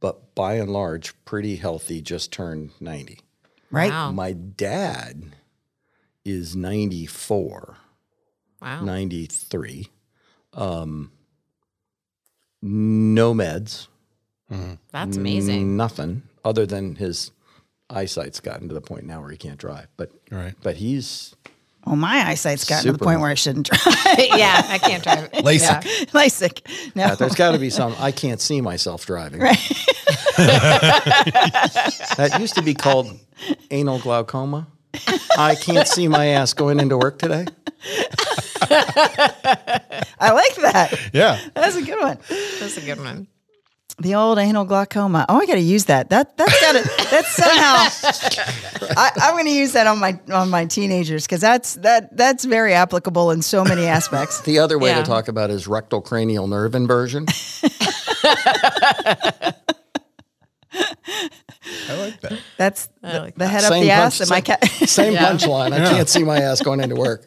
S4: but by and large, pretty healthy. Just turned ninety.
S1: Right?
S3: Wow.
S4: My dad is 94,
S3: Wow.
S4: 93. Um, no meds.
S3: That's amazing.
S4: Nothing other than his eyesight's gotten to the point now where he can't drive. But
S2: Right.
S4: but he's
S1: Well, my eyesight's gotten to the
S4: Super.
S1: point where I shouldn't drive.
S3: yeah, I can't drive.
S2: LASIK.
S1: LASIK. No.
S3: Oh.
S4: Uh, There's got to be some. I can't see myself driving. that used to be called anal glaucoma. I can't see my ass going into work today.
S1: I like that.
S2: Yeah.
S1: That's a good one.
S3: That's a good one.
S1: The old anal glaucoma. Oh, I got to use that. That that's got to that's somehow. I, I'm going to use that on my on my teenagers because that's that that's very applicable in so many aspects.
S4: The other way
S3: Yeah.
S4: to talk about is rectal cranial nerve inversion.
S2: I like that.
S1: That's the, the head up
S4: Same
S1: the ass
S4: punch-
S1: and my
S4: same-
S1: cat.
S4: Same punchline. I can't see my ass going into work.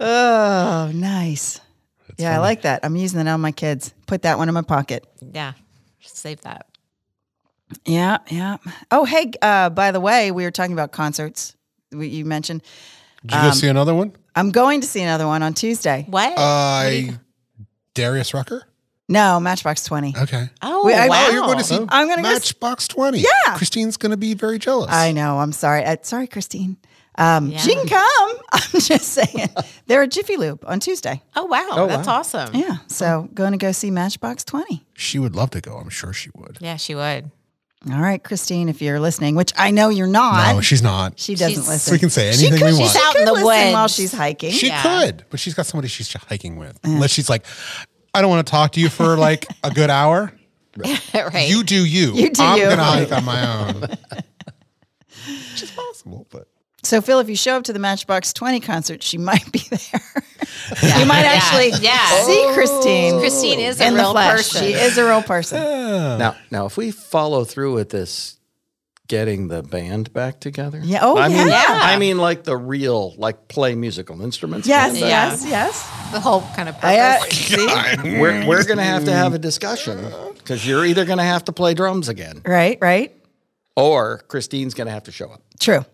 S1: Oh, nice. yeah, I like that. I'm using that on my kids. Put that one in my pocket.
S3: Yeah. Save that.
S1: Yeah, yeah. Oh, hey, uh, by the way, we were talking about concerts. We, you mentioned
S2: Did you go see another one?
S1: I'm going to see another one on Tuesday.
S3: What?
S2: Uh, I Darius Rucker.
S1: No, Matchbox 20.
S2: Okay.
S3: oh,
S1: we- I-
S3: wow.
S2: Oh, you're going to see
S1: I'm gonna go s-
S2: Matchbox Twenty. Yeah. Christine's going to be very jealous.
S1: I know. I'm sorry. Uh, sorry, Christine. Um, She can come. I'm just saying. They're at Jiffy Lube on Tuesday.
S3: oh, wow. That's awesome. Yeah.
S1: Yeah. So going to go see Matchbox 20.
S2: she would love to go. I'm sure she would.
S3: she would.
S1: All right, Christine, if you're listening, which I know you're not.
S2: No, she's not.
S1: she doesn't
S3: she's-
S1: listen.
S2: We can say anything
S1: could-
S2: we
S1: she
S2: want.
S3: She's out in
S1: could
S3: the
S1: listen
S3: woods.
S1: while she's hiking.
S2: She
S3: Yeah.
S2: could, but she's got somebody she's hiking with. Unless she's like, I don't want to talk to you for like a good hour.
S3: right.
S2: You do you.
S1: You do
S2: I'm
S1: you.
S2: going to hike on my own. Which is possible, but
S1: So, Phil, if you show up to the Matchbox 20 concert, she might be there. you might
S3: Yeah.
S1: actually
S3: Yeah.
S1: see Christine.
S3: Christine is a
S1: in the
S3: real
S1: flesh.
S3: person.
S1: She is a real person.
S4: Now, now, if we follow through with this, getting the band back together.
S1: Yeah. Oh,
S4: I mean,
S1: yeah.
S4: I mean, like the real, like play musical instruments.
S1: Yes,
S4: band back.
S1: yes, yes.
S3: the whole kind of purpose.
S1: I, uh, see?
S4: We're, we're going to have to have a discussion because you're either going to have to play drums again
S1: Right, right.
S4: or Christine's going to have to show up.
S1: True.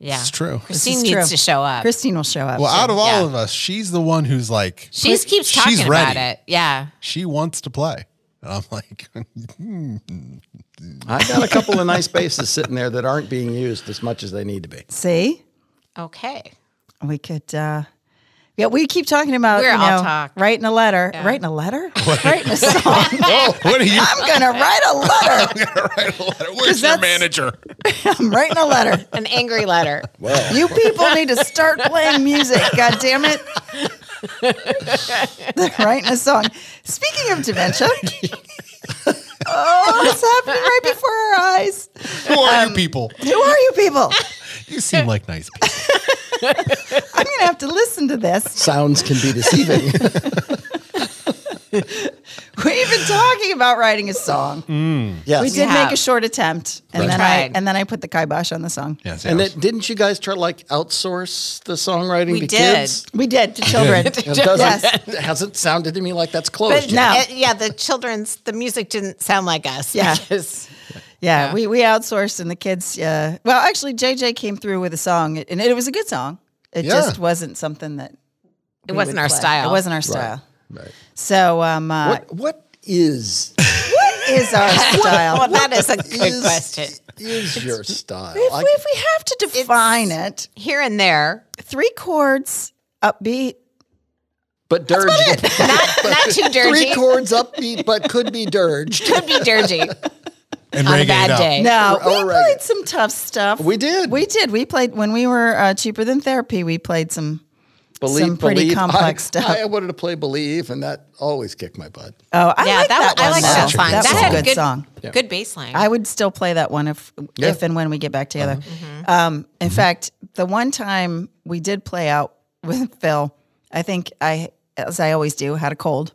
S3: yeah.
S2: it's true.
S3: Christine
S1: is
S3: needs
S1: true.
S3: to show up.
S1: Christine will show up.
S2: Well, out of all
S3: Yeah.
S2: of us, she's the one who's like,
S3: she just keeps
S2: she's
S3: talking about
S2: ready.
S3: it. Yeah.
S2: she wants to play. And I'm like,
S4: I got a couple of nice bases sitting there that aren't being used as much as they need to be.
S1: see,
S3: Okay.
S1: we could. uh yeah, we keep talking about
S3: We're
S1: you
S3: all
S1: know,
S3: talk.
S1: writing a letter, writing a letter, writing a song.
S2: oh, what are you?
S1: I'm gonna write a letter.
S2: Write a letter. Where's your
S1: that's-
S2: manager?
S1: I'm writing a letter.
S3: An angry letter.
S1: You people need to start playing music. God damn it. They're writing a song. Speaking of dementia, oh, it's happening right before our eyes.
S2: Who
S1: Um,
S2: are you people?
S1: Who are you people?
S2: You seem like nice people.
S1: I'm going to have to listen to this.
S4: Sounds can be deceiving.
S1: We've been talking about writing a song.
S4: yes.
S1: Mm-hmm. We did
S3: Yeah.
S1: make a short attempt, and
S4: Right.
S1: then
S3: Tried.
S1: I and then I put the kibosh on the song.
S2: Yes,
S4: And
S2: yes.
S4: then didn't you guys try like outsource the songwriting
S3: We
S4: to
S3: did.
S4: kids?
S1: We did to children.
S4: It doesn't,
S1: Yes.
S4: it hasn't sounded to me like that's close.
S3: But
S1: no.
S4: yet.
S1: Yeah.
S3: yeah. yeah, the children's the music didn't sound like us.
S1: Yeah.
S3: because-
S1: Yeah, we we outsourced, and the kids. Uh, well, actually, JJ came through with a song, and it was a good song. It
S2: Yeah.
S1: just wasn't something that
S3: it wasn't our
S1: play.
S3: style.
S1: It wasn't our style. So, um, uh,
S4: What, what is
S1: what is our style?
S3: Well, that is a good
S4: is,
S3: question.
S4: is your style?
S1: if,
S4: I-
S1: we, if we have to define it,
S3: Here and there,
S1: three chords, upbeat.
S4: but dirged.
S3: not not too dirgy.
S4: Three chords upbeat, but could be dirged.
S3: Could be dirgy
S2: and
S3: on
S2: reggae
S3: a
S2: it
S3: bad
S2: up.
S3: day.
S1: No,
S4: Or-
S1: we
S4: or reggae.
S1: played some tough stuff.
S4: We did.
S1: We did. We played when we were uh, cheaper than therapy. We played some.
S4: believe,
S1: Some pretty
S4: believe.
S1: complex
S4: I,
S1: stuff.
S4: I wanted to play Believe, and that always kicked my butt.
S1: Oh, I
S3: yeah,
S1: like
S3: that,
S1: that,
S3: was, I
S1: one.
S3: like
S1: though.
S3: that
S2: Such a
S3: song.
S2: good
S3: That
S2: song.
S3: had
S1: was
S3: a good
S1: song.
S3: Good bass line.
S1: I would still play that one if
S4: Yeah. Uh-huh.
S1: if and when we get back together. Um, in fact, the one time we did play out with Phil, I think I, as I always do, had a cold,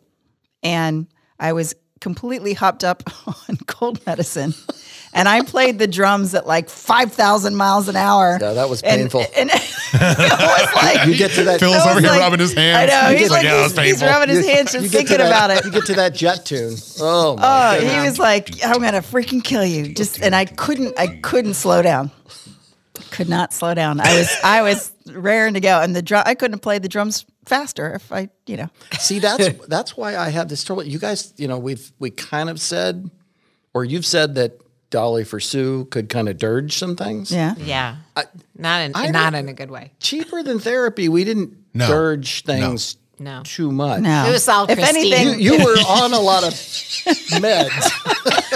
S1: and I was completely hopped up on cold medicine, and I played the drums at like five thousand miles an hour.
S4: Yeah, that was
S1: And-
S4: painful.
S1: And, it was like
S4: You get to that.
S2: Phil's
S1: I
S2: over
S1: was
S2: here
S1: like-
S2: rubbing his hands.
S1: I know. He's, like,
S2: "Yeah, that was
S1: he's, he's
S2: painful."
S1: rubbing his hands
S4: you
S1: just
S4: get to
S1: thinking
S4: that-
S1: about it.
S4: You get to that jet tune. Oh
S1: Oh,
S4: my! goodness.
S1: he was like, "I'm gonna freaking kill you!" Just and I couldn't, I couldn't slow down. Could not slow down. I was, I was raring to go, and the drum, I couldn't have played the drums faster if I, you know,
S4: See, that's that's why I have this trouble. You guys, you know, we've we kind of said, or you've said that Dolly for Sue could kind of dirge some things.
S1: yeah.
S3: yeah, not in
S4: I
S3: not
S4: don't-
S3: in a good way.
S4: Cheaper than therapy, we didn't
S2: No.
S4: dirge
S3: No.
S4: things
S3: No.
S4: too much.
S1: No,
S3: It was all
S1: If
S3: Christine.
S4: You,
S1: anything,
S4: you were on a lot of meds.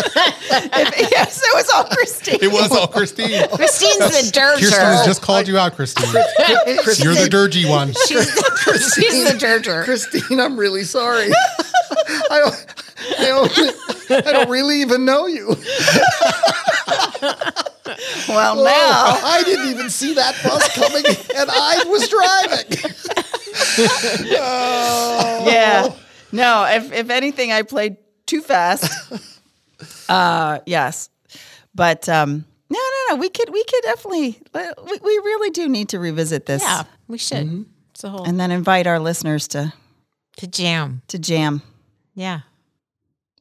S1: if, yes, it was all Christine.
S2: It was all Christine.
S3: Christine's the
S2: Kirsten has
S3: dirger.
S2: just called you out, Christine. You're the dirgy one.
S3: She's the dirger.
S4: Christine, I'm really sorry. I, I, only, I don't really even know you.
S1: Well,
S4: Oh,
S1: now
S4: I didn't even see that bus coming, and I was driving.
S1: yeah. No, if if anything, I played too fast. uh, yes, but um, no, no, no. We could, we could definitely. We, we really do need to revisit this,
S3: Yeah, we should.
S1: Mm-hmm.
S3: It's a whole
S1: and then invite our listeners to
S3: to jam.
S1: to jam.
S3: Yeah,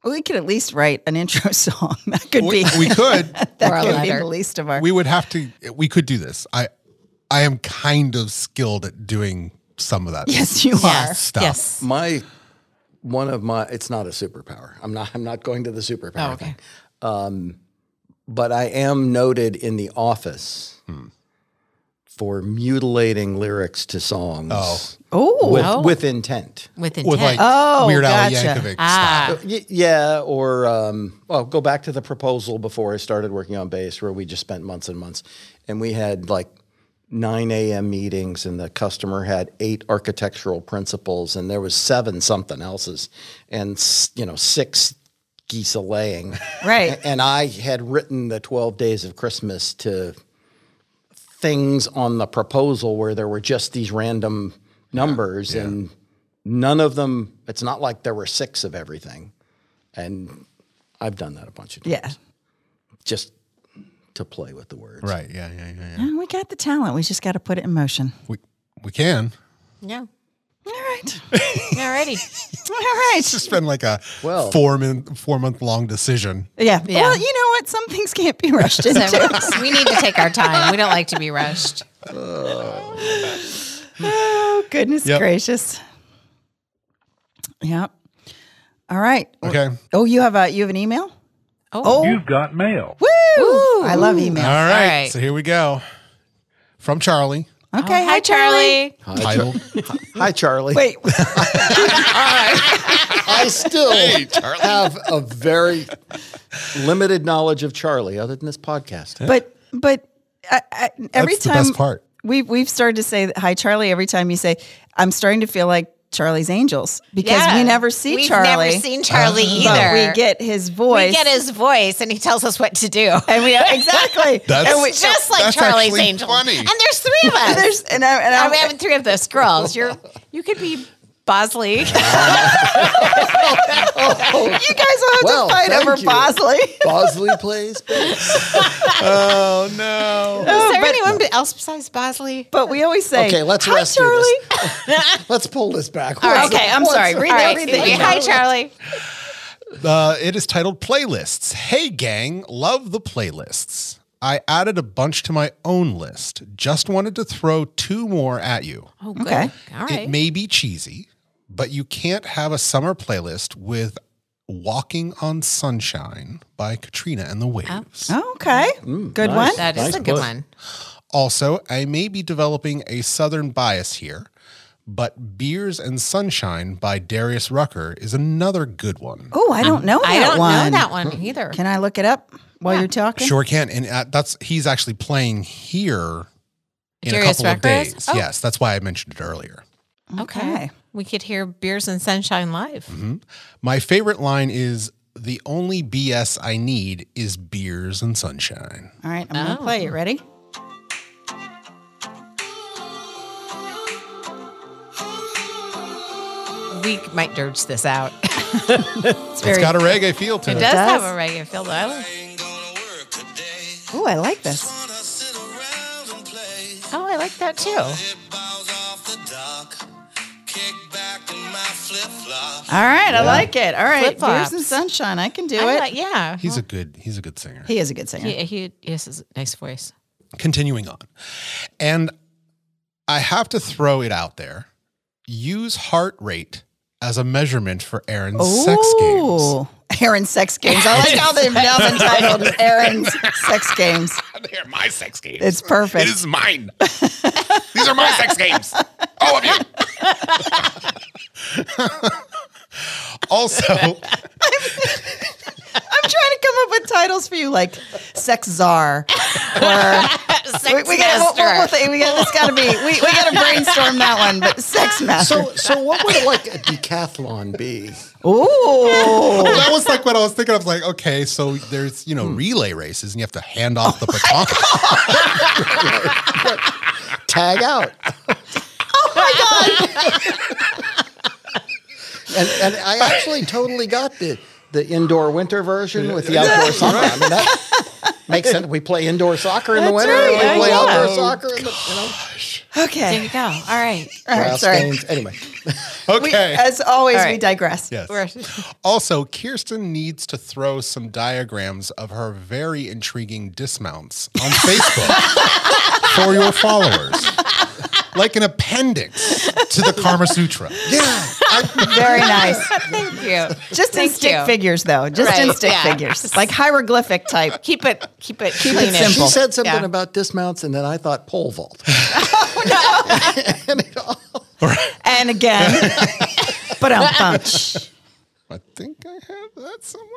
S1: We could at least write an intro song. That could
S2: We,
S1: be
S2: we could.
S1: that
S3: Or a
S1: could be
S3: letter.
S1: the least of our.
S2: We would have to. We could do this. I, I am kind of skilled at doing some of that.
S1: yes, you
S3: yeah.
S2: Stop.
S3: Yes,
S4: My one of my it's not a superpower. I'm not I'm not going to the superpower
S3: Oh, okay.
S4: thing. Um, but I am noted in the office for mutilating lyrics to songs
S1: are. Ooh,
S4: with,
S3: Oh.
S4: with intent.
S3: with intent.
S2: With like
S1: Oh,
S2: Weird Al
S1: gotcha.
S2: Yankovic style.
S3: ah,
S4: Y- yeah, or um, well, go back to the proposal before I started working on bass, where we just spent months and months, and we had like 9 a.m. meetings, and the customer had eight architectural principles, and there was seven something else's, and s- you know six geese a laying,
S1: Right.
S4: A- And I had written the 12 Days of Christmas to things on the proposal where there were just these random numbers and none of them it's not like there were six of everything and i've done that a bunch of times
S1: yeah.
S4: just to play with the words
S2: Right. Yeah. Yeah. Yeah. yeah.
S1: And we got the talent. We just got to put it in motion.
S2: We we can.
S3: yeah.
S1: All right.
S3: Alrighty.
S1: All right.
S2: It's been like a
S4: Well-
S2: four min, four month long decision.
S1: Yeah.
S3: Yeah.
S1: Well, you know what? Some things can't be rushed into.
S3: So we need to take our time. We don't like to be rushed.
S1: oh, goodness
S2: Yep.
S1: gracious. Yep. All right.
S2: Okay.
S1: Oh, you have a you have an email?
S3: Oh,
S5: You've got mail.
S1: Woo! I love email.
S2: All right.
S3: right.
S2: So here we go. From Charlie.
S1: Okay.
S3: hi, Charlie.
S2: Title.
S4: hi charlie
S1: Wait.
S4: i still have a very limited knowledge of charlie other than this podcast
S1: but but I, I, every
S2: That's the
S1: time
S2: best part.
S1: we've we've started to say hi Charlie every time you say I'm starting to feel like Charlie's Angels because we never see
S3: We've
S1: Charlie.
S3: never seen Charlie
S1: but
S3: either.
S1: we get his voice.
S3: we get his voice, and he tells us what to do.
S1: and we exactly.
S2: That's-
S1: and we,
S3: It's just like
S2: That's
S3: Charlie's
S2: actually
S3: Angels.
S2: funny.
S3: And there's three of us.
S1: there's and I, and I,
S3: Are we having three of those girls? You're you could be Bosley.
S1: you guys will have
S4: Well,
S1: to fight
S4: thank
S1: over
S4: you.
S1: Bosley.
S4: Bosley plays. bass.
S2: Oh no.
S3: Is there anyone else besides Bosley?
S1: But we always say,
S4: Okay, let's
S1: Hi,
S4: rescue
S1: Charlie.
S4: this. Let's pull this back.
S3: right.
S1: Okay, I'm sorry. Read
S3: All
S1: that.
S3: right,
S1: Read
S3: excuse me.
S1: that.
S3: Hi, Charlie.
S2: Uh, it is titled Playlists. Hey, gang, love the playlists. I added a bunch to my own list. Just wanted to throw two more at you.
S3: Oh,
S1: Okay.
S3: All
S2: It may be cheesy, but you can't have a summer playlist with Walking on Sunshine by Katrina and the Waves.
S1: Okay, good
S4: Mm. nice.
S1: one.
S3: That is
S4: Nice
S3: a good
S4: put.
S3: one.
S2: Also, I may be developing a southern bias here, but Beers and Sunshine by Darius Rucker is another good one.
S1: Oh, I don't know
S3: Um, I
S1: that
S3: don't
S1: one.
S3: know that one either.
S1: Can I look it up while you're talking?
S2: Sure can. And uh, that's he's actually playing here in
S3: Darius
S2: a couple
S3: Rucker
S2: of
S3: is?
S2: days.
S3: Oh.
S2: Yes, that's why I mentioned it earlier.
S3: okay.
S1: Okay.
S3: We could hear Beers and Sunshine live.
S2: Mm-hmm. My favorite line is the only BS I need is beers and sunshine.
S1: All right, I'm gonna
S3: Oh.
S1: play it. Ready?
S3: We might dirge this out. it
S1: It's
S2: It's
S1: very.
S2: got a reggae feel to it.
S3: does,
S1: does.
S3: have a regular feel, though. I like-
S1: oh, I like this.
S3: Oh, I like that too.
S1: All right, I like it. All right,
S3: Flip-flops.
S1: Beers and Sunshine. I can do
S3: I
S1: it.
S3: like- yeah.
S2: He's a good he's a good singer.
S1: he is a good singer.
S3: He, he, he has his nice voice.
S2: Continuing on. And I have to throw it out there. Use heart rate as a measurement for Aaron's sex games.
S1: Ooh, Aaron's sex games. I like how they've now been titled Aaron's sex games.
S2: They're my sex games.
S1: It's perfect.
S2: It is mine. These are my sex games. All of you. also,
S1: I'm trying to come up with titles for you, like sex czar. Or we, we got
S3: master.
S1: we got this. Got to be we, we got to brainstorm that one. But sex master.
S4: So, so what would like a decathlon be?
S1: Ooh,
S2: that was like what I was thinking. I was like, okay, so there's, you know,
S1: Hmm.
S2: relay races and you have to hand off the baton.
S4: Tag out. oh my god! and, and I actually totally got the the indoor winter version with the outdoor summer. I mean, that makes sense. We play indoor soccer in the
S1: That's
S4: winter.
S1: right.
S4: and
S1: Yeah,
S4: we play
S1: yeah.
S4: outdoor soccer in the you know,
S3: There you
S1: okay.
S3: go. All right.
S1: All right,
S4: grass
S1: sorry.
S4: stains. Anyway,
S2: Okay.
S1: We, as always,
S3: All
S1: we
S3: right.
S1: digress.
S2: Yes.
S3: We're-
S2: Also, Kirsten needs to throw some diagrams of her very intriguing dismounts on Facebook for your followers, like an appendix to the Karma Sutra.
S4: yeah, I,
S1: Very nice.
S3: Thank you.
S1: Just in
S3: Thank
S1: stick
S3: you.
S1: figures, though. Just in
S3: Right,
S1: stick
S3: yeah.
S1: figures, like hieroglyphic type.
S3: Keep it, keep it, keep
S1: it simple.
S4: she said something
S3: Yeah.
S4: about dismounts, and then I thought pole vault.
S1: And again, but um, punch.
S2: I think I have that somewhere.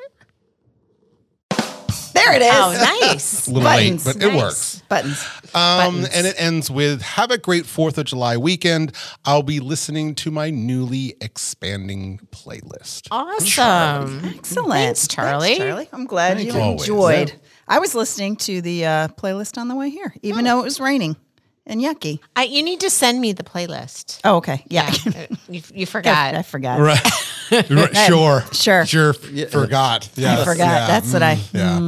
S1: There it is.
S3: Oh, nice.
S2: A little
S1: Buttons.
S2: late, but it
S3: Nice.
S2: works.
S1: Buttons.
S2: Um,
S3: Buttons.
S2: and it ends with Have a great 4th of July weekend. I'll be listening to my newly expanding playlist.
S3: Awesome.
S1: Excellent.
S3: Thanks, Charlie.
S1: Thanks, Charlie. I'm glad you
S2: Always.
S1: enjoyed. I was listening to the uh, playlist on the way here, even
S3: Oh.
S1: though it was raining and yucky.
S3: I, you need to send me the playlist. uh,
S1: Oh, okay. Yeah.
S3: You, you forgot.
S1: I forgot.
S2: Right. Right, Sure.
S1: Sure.
S2: Sure. Forgot. Yes.
S1: forgot.
S2: Yeah. Mm.
S1: That's what I-
S2: Yeah.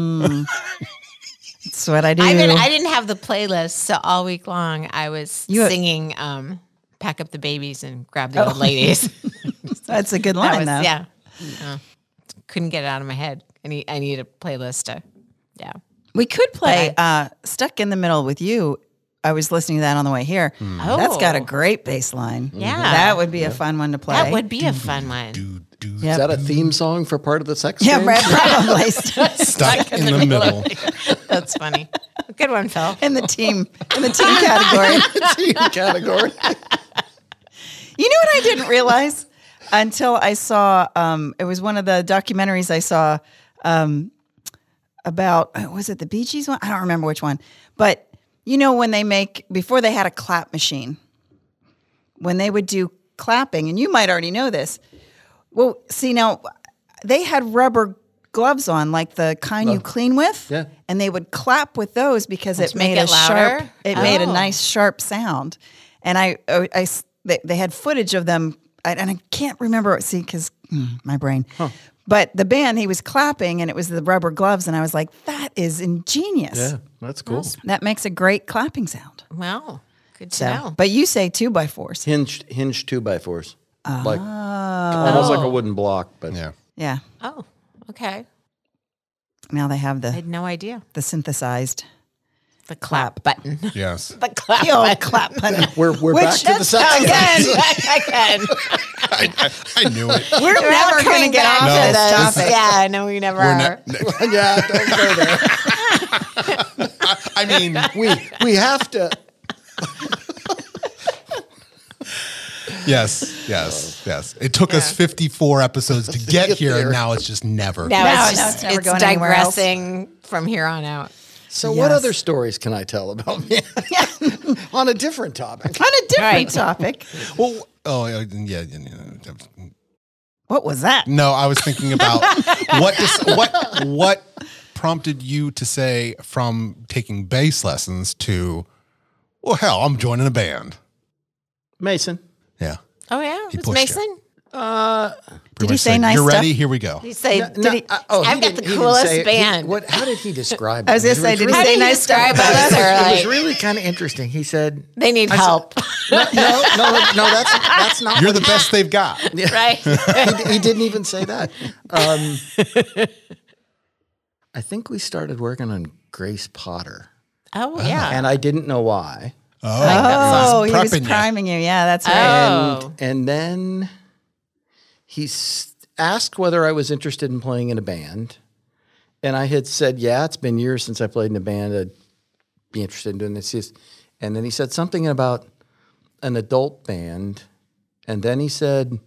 S1: That's what I do.
S3: I mean, I didn't have the playlist, so all week long I was
S1: You- Oh,
S3: singing um, "Pack Up the Babies and Grab the Old Ladies."
S1: That's a good
S3: that
S1: line,
S3: was
S1: though.
S3: yeah. Yeah. Couldn't get it out of my head. I need I need a playlist to yeah.
S1: We could play uh, Stuck in the Middle with You. I was listening to that on the way here. That's got a
S3: Oh.
S1: great bass line.
S3: Yeah.
S1: That would be a fun one to play.
S3: That would be a fun one.
S2: Do, do,
S1: Yep.
S4: Is that a theme song for part of the sex?
S1: Yeah,
S4: game?
S1: Brad, probably.
S2: Stuck in the middle.
S3: That's funny. Good one, Phil.
S1: in the team, in the team category.
S4: Team category.
S1: You know what I didn't realize until I saw um, it was one of the documentaries I saw um, about uh, was it the Bee Gees one? I don't remember which one, but you know when they make before they had a clap machine, when they would do clapping, and you might already know this. Well, see now, they had rubber gloves on, like the kind you clean with,
S4: Yeah.
S1: and they would clap with those because it
S3: make
S1: made
S3: it
S1: a sharp.
S3: louder?
S1: It made a
S3: Oh.
S1: nice sharp sound, and I, oh, I, I- they, they had footage of them, I- and I can't remember. See, because my brain. But the band, he was clapping, and it was the rubber gloves, and I was like, "That is ingenious.
S4: Yeah, that's cool.
S1: That makes a great clapping sound."
S3: Well, good to
S1: So,
S3: know.
S1: but you say two by fours.
S4: Hinged, hinged two by fours, like almost like a wooden block, but
S2: Yeah.
S1: Yeah.
S3: Oh, okay.
S1: Now they have
S3: I
S1: the
S3: had no idea.
S1: the synthesized
S3: The clap button.
S2: Yes.
S3: The clap
S1: the old clap button.
S4: we're we're
S1: Which-
S4: back to the
S1: that's-
S3: again.
S4: sex.
S3: again.
S2: I, I, I knew it.
S1: We're never going to get off
S2: No,
S1: of this
S2: this
S1: topic.
S3: Yeah, no, we never
S2: We're
S3: are.
S2: not,
S4: yeah, don't go there.
S2: I mean,
S4: We we have to.
S2: yes, yes, yes. It took us 54 episodes to get here, and now it's just never.
S3: Now
S1: No, no,
S3: it's just
S1: it's never
S3: it's
S1: going anywhere else.
S3: digressing from here on out.
S4: So, what
S1: Yes.
S4: other stories can I tell about me on a different topic?
S1: On a different
S3: Right.
S1: topic.
S2: Well, oh, yeah, yeah, yeah. yeah.
S1: What was that?
S2: No, I was thinking about what dis- what what prompted you to say from taking bass lessons to, well, hell, I'm joining a band.
S4: Mason,
S2: Yeah.
S3: Oh yeah,
S2: He
S3: was
S2: pushed you.
S3: Mason.
S2: Pretty
S1: he
S2: much
S1: say
S2: said,
S1: nice
S2: You're
S1: stuff?"
S2: ready? Here we go.
S3: He say,
S4: No,
S3: did
S4: no,
S3: he,
S4: I- oh, he
S3: I've got
S4: didn't-
S3: the
S4: he didn't
S3: coolest
S4: say it. He-
S3: band.
S4: what? How did he describe?
S1: I was going
S4: it?
S1: to say,
S4: It
S1: did
S4: was
S1: he
S3: How
S1: say
S3: do you
S1: nice
S3: describe
S1: stuff?
S3: us? Or
S4: really- It
S3: like,
S4: was really kind of interesting. He said,
S3: they need help,
S4: "No, no, no, no. That's that's not.
S2: You're the best they've got.
S3: right?
S4: he, he didn't even say that. Um, I think we started working on Grace Potter,
S3: Oh yeah.
S4: and I didn't know why.
S1: Oh, he was
S2: Prepping you.
S1: priming you. Yeah, that's right.
S3: Oh,
S4: And then he s- asked whether I was interested in playing in a band. And I had said, Yeah, it's been years since I played in a band. I'd be interested in doing this. He s- And then he said something about an adult band. And then he said,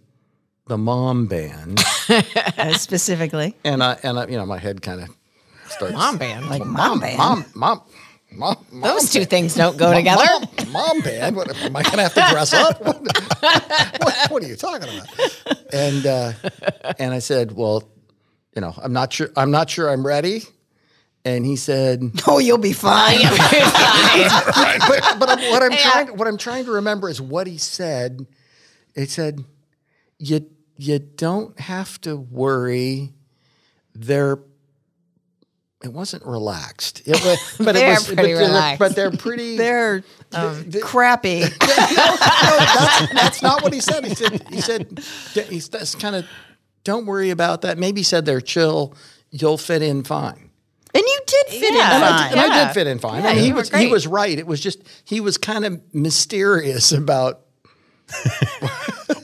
S4: The mom band.
S1: Uh, specifically,
S4: and I, and I, you know, my head kind of starts.
S3: mom band.
S1: like mom, band.
S4: Mom, mom, mom, mom.
S3: Those two things don't go together.
S4: Mom, mom band. What, am I going to have to dress up? What, what- what are you talking about? And uh, and I said, well, you know, I'm not sure. I'm not sure I'm ready. And he said,
S1: Oh, you'll be fine.
S4: but, but I'm- what I'm
S3: Yeah.
S4: trying what I'm trying to remember is what he said. It said, "You you don't have to worry. They're." It wasn't relaxed. It was, but
S3: They're
S4: it was,
S3: pretty
S4: but
S3: relaxed. um,
S4: They're, but they're pretty.
S1: They're
S4: th-
S1: crappy.
S4: no, that's, that's not what he said. He said he said d- he's that's kind of don't worry about that. Maybe he said they're chill. You'll fit in fine.
S1: And you did fit
S3: Yeah.
S1: in
S4: And, I,
S1: fine.
S4: did- and I
S3: Yeah.
S4: did fit in fine.
S3: Yeah,
S4: I mean, he
S3: you were
S4: was he
S3: great.
S4: was right. It was just he was kind of mysterious about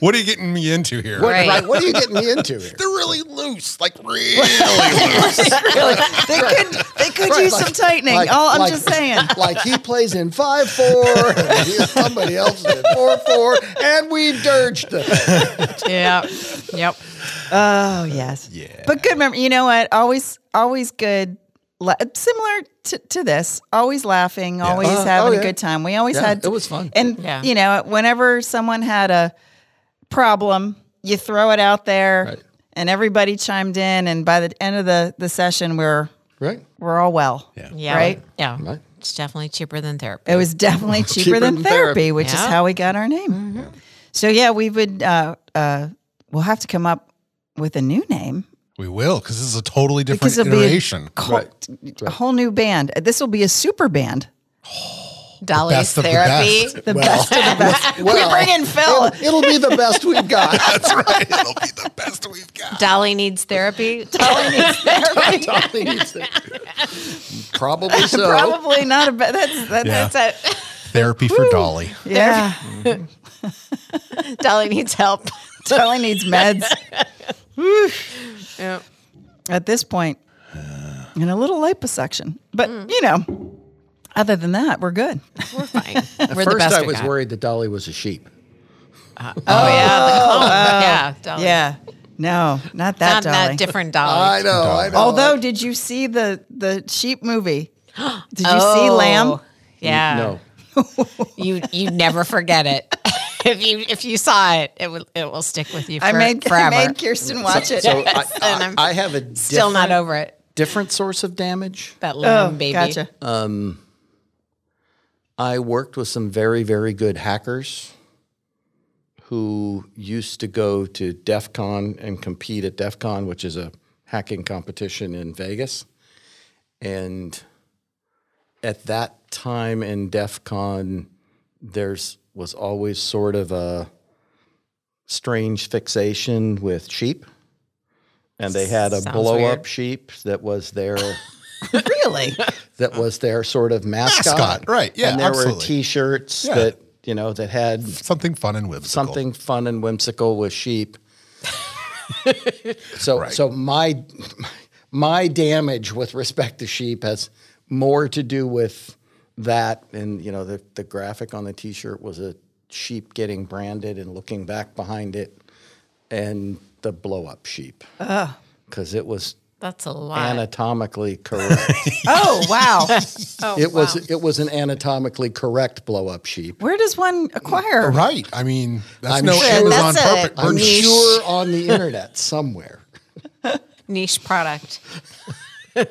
S2: What are you getting me into here?
S4: what,
S3: Right.
S4: right. What are you getting me into here?
S2: They're really loose, like really loose.
S1: They could, they could
S4: Right,
S1: use
S4: like-
S1: some tightening.
S4: like-
S3: Oh,
S1: All I'm
S4: like-
S1: just saying.
S4: Like he plays in five four, and he- somebody else is in four four, and we've dirged them.
S3: yeah. Yep.
S1: Oh yes, yeah. But good memory. You know what? Always, always good. La- similar to, to this, always laughing, always
S4: Uh,
S1: having
S4: oh,
S1: a
S4: yeah.
S1: good time. We always
S4: Yeah,
S1: had.
S4: it was fun.
S1: And
S3: Yeah.
S1: you know, whenever someone had a problem, you throw it out there,
S4: Right.
S1: and everybody chimed in. And by the end of the the session, we're
S4: Right,
S1: we're all well.
S3: Yeah.
S1: Right?
S3: Yeah.
S4: Right.
S3: It's definitely cheaper than therapy.
S1: It was definitely cheaper, than,
S4: than
S1: therapy, Mm-hmm.
S4: therapy.
S1: which is
S3: Yeah.
S1: how we got our name. So yeah, we would. Uh, uh, we'll have to come up with a new name.
S2: We will, because this is a totally different
S1: Because it'll be a
S2: iteration.
S1: co- a whole new band. This will be a super band.
S3: Dolly's
S2: best of the
S3: therapy.
S2: best.
S1: The best of the best. we bring in Phil.
S4: it'll, it'll be the best we've got.
S2: That's right. It'll be the best we've got.
S3: Dolly needs therapy.
S4: Dolly needs that. Probably so.
S1: Probably not a bad. That's that,
S2: Yeah.
S1: that's it.
S2: Therapy for Dolly.
S1: Yeah,
S3: Dolly needs help.
S1: Charlie needs meds
S3: Yeah.
S1: at this point, and a little liposuction. But you know, other than that, we're good.
S3: We're fine. We're the
S4: First,
S3: best
S4: I
S3: we
S4: was
S3: got.
S4: worried that Dolly was a sheep.
S3: Oh, yeah. the clone. yeah. Dolly.
S1: Yeah. No, not
S3: Not
S1: that Dolly.
S3: that different Dolly.
S4: I know. I know.
S1: Although, did you see the the sheep movie? Did you see
S3: Oh,
S1: Lamb?
S3: Yeah.
S4: no,
S3: You you never forget it. if you if you saw it, it will it will stick with you. For,
S1: I made
S3: forever.
S1: I made Kirsten watch it.
S4: So I,
S3: and
S4: I,
S3: I'm
S4: I have a
S3: still not
S4: different-
S3: over it.
S4: different source of damage.
S3: That
S1: oh,
S3: lemon baby. Uh.
S1: gotcha.
S4: I worked with some very, very good hackers who used to go to DEF CON and compete at DEF CON, which is a hacking competition in Vegas. And at that time in DEF CON, there's was always sort of a strange fixation with sheep. And they had a
S3: Sounds
S4: blow
S3: weird.
S4: up sheep that was their
S1: really?
S4: that was their sort of mascot.
S2: Mascot, right, yeah,
S4: And there were
S2: absolutely.
S4: T-shirts
S2: Yeah.
S4: that you know that had
S2: Something fun and whimsical.
S4: something fun and whimsical with sheep. so
S2: Right.
S4: so my my damage with respect to sheep has more to do with that and you know the the graphic on the T-shirt was a sheep getting branded and looking back behind it and the blow up sheep because it was
S3: That's a lot.
S4: anatomically correct.
S1: Oh wow!
S3: oh,
S4: It was
S3: wow.
S4: it was an anatomically correct blow up sheep.
S1: Where does one acquire?
S2: Right. I mean, that's
S4: I'm
S2: no
S4: sure-
S2: it was
S1: That's
S2: on
S1: a-
S2: purpose.
S4: I'm
S2: We're
S1: niche.
S4: sure on the internet somewhere.
S3: niche product.
S1: I,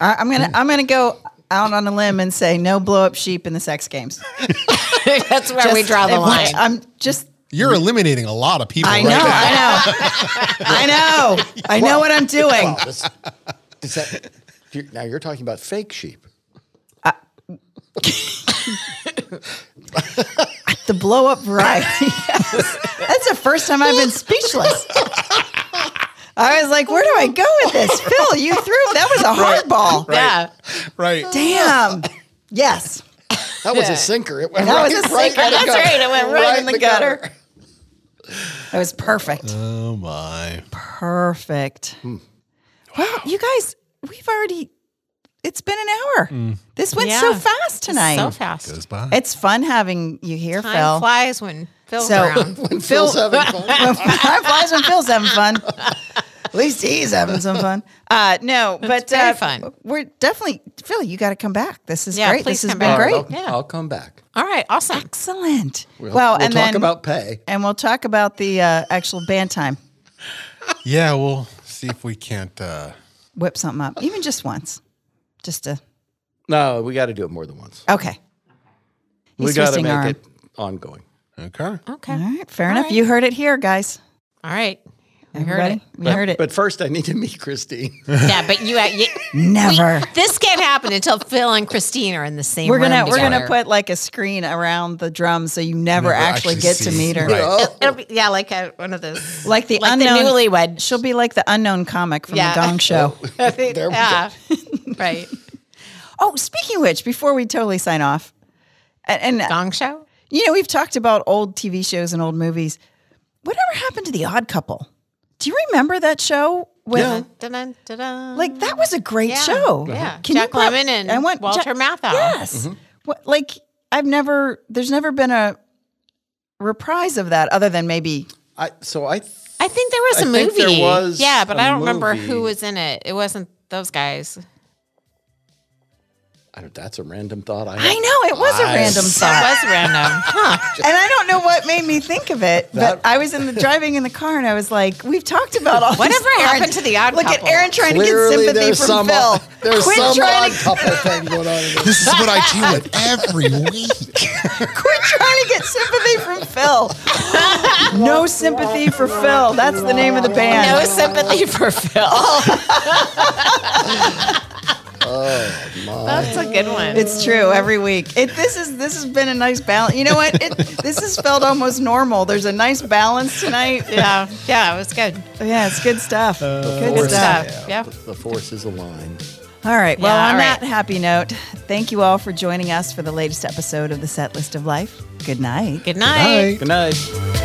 S1: I'm gonna I'm gonna go out on a limb and say no blow up sheep in the sex games.
S3: That's where we
S1: Just-
S3: draw the
S1: if I-
S3: line.
S1: I'm just.
S2: You're eliminating a lot of people.
S1: I
S2: right
S1: know,
S2: now.
S1: I know, I know, I know what I'm doing.
S4: Wow, this- does that- you're- now you're talking about fake sheep.
S1: The blow up variety. Yes. That's the first time I've been speechless. I was like, where do I go with this? Phil, you threw that was a hardball.
S3: Yeah.
S2: Right.
S1: Damn. Yes.
S4: That was
S3: Yeah.
S4: a sinker. It went
S1: That
S4: right,
S1: was a
S4: right
S1: sinker.
S4: in the
S1: That's
S4: gutter.
S3: right. It went right
S1: in the gutter. Uh. That was perfect.
S2: Oh my.
S1: Perfect. Well, you guys, we've already it's been an hour. This went so
S3: Yeah.
S1: fast tonight.
S3: So fast.
S2: Goes by.
S1: It's fun having you here,
S3: Time
S1: Phil.
S3: flies when Phil's
S1: So-
S3: around.
S4: When Phil's having fun.
S1: Time flies when Phil's having fun. At least he's having some fun. Uh, no, but
S3: very
S1: uh,
S3: fun.
S1: We're definitely Phil. You got to come back. This is
S3: Yeah,
S1: great. This
S3: please
S1: has
S3: come
S1: been
S3: back.
S1: great.
S4: I'll,
S3: Yeah.
S4: I'll come back.
S3: All right. Awesome.
S1: Excellent.
S4: We'll,
S1: well,
S4: we'll
S1: and
S4: talk
S1: then
S4: about pay.
S1: and we'll talk about the uh, actual band time.
S2: Yeah, we'll see if we can't uh
S1: Whip something up, even just once, just to
S4: No, we got to do it more than once.
S1: okay.
S4: we
S1: He's
S4: got to
S1: twisting
S4: make
S1: our arm.
S4: it ongoing.
S2: Okay.
S3: Okay.
S1: All
S3: All
S1: right, fair enough. You heard it here, guys.
S3: right. We heard
S1: Everybody,
S3: it.
S1: we heard it.
S4: But first, I need to meet Christine.
S3: Yeah, but you, uh, you
S1: Never.
S3: this can't happen until Phil and Christine are in the same
S1: We're gonna
S3: room
S1: we're gonna
S3: together.
S1: put like a screen around the drum so you never,
S2: Never
S1: actually,
S2: actually
S1: get to
S2: see-
S1: meet her.
S2: Right.
S4: Oh,
S3: It'll be, yeah, like a, one of those.
S1: Like the
S3: Like the
S1: unknown
S3: newlywed.
S1: She'll be like the unknown comic from
S3: Yeah.
S1: the Gong Show.
S4: there we
S3: yeah. right.
S1: Oh, speaking of which, before we totally sign off, and, and
S3: Gong show?
S1: you know, we've talked about old TV shows and old movies. Whatever happened to The Odd Couple? Do you remember that show? With,
S3: Dun-dun, dun-dun.
S1: Like, that was a great
S3: Yeah,
S1: show.
S3: yeah.
S1: you
S3: Jack
S1: prob-
S3: Lemmon and
S1: I want
S3: Walter
S1: Jack-
S3: Matthau.
S1: Yes. What, like, I've never, there's never been a reprise of that other than maybe,
S4: I, so I
S3: I think there was
S4: I
S3: a
S4: think
S3: movie.
S4: there was
S3: yeah, but
S4: a
S3: I don't remember
S4: movie.
S3: who was in it. It wasn't those guys.
S4: I don't, that's a random thought. I,
S1: I know it was a
S4: I-
S1: random
S3: That
S1: thought.
S3: was random. Huh.
S1: And I don't know what made me think of it,
S4: Ah, That-
S1: but I was in the driving in the car and I was like, we've talked about all
S3: Whatever
S1: these
S3: happened to the Odd
S1: Look
S3: Couple?
S1: at Aaron trying
S4: Clearly,
S1: to get sympathy
S4: there's
S1: from
S4: some
S1: Phil.
S4: there's
S1: quit
S4: some
S1: trying
S4: odd
S1: to
S4: couple thing going on. In this.
S2: This is what I deal with every week.
S1: quit trying to get sympathy from Phil. no sympathy for Phil. That's the name of the
S3: No
S1: band.
S3: sympathy for Phil.
S4: Oh,
S3: That's a good one.
S1: It's true every week. It, this is this has been a nice balance. You know what? It, this has felt almost normal. There's a nice balance tonight.
S3: yeah, yeah, it was good.
S1: Yeah, it's good stuff.
S4: Uh,
S1: good
S4: force.
S1: stuff.
S3: stuff. Yeah.
S4: The force is aligned.
S1: All right. Well,
S3: Yeah,
S1: on
S3: all right.
S1: that happy note, thank you all for joining us for the latest episode of the Set List of Life. Good night.
S3: Good night.
S4: Good night.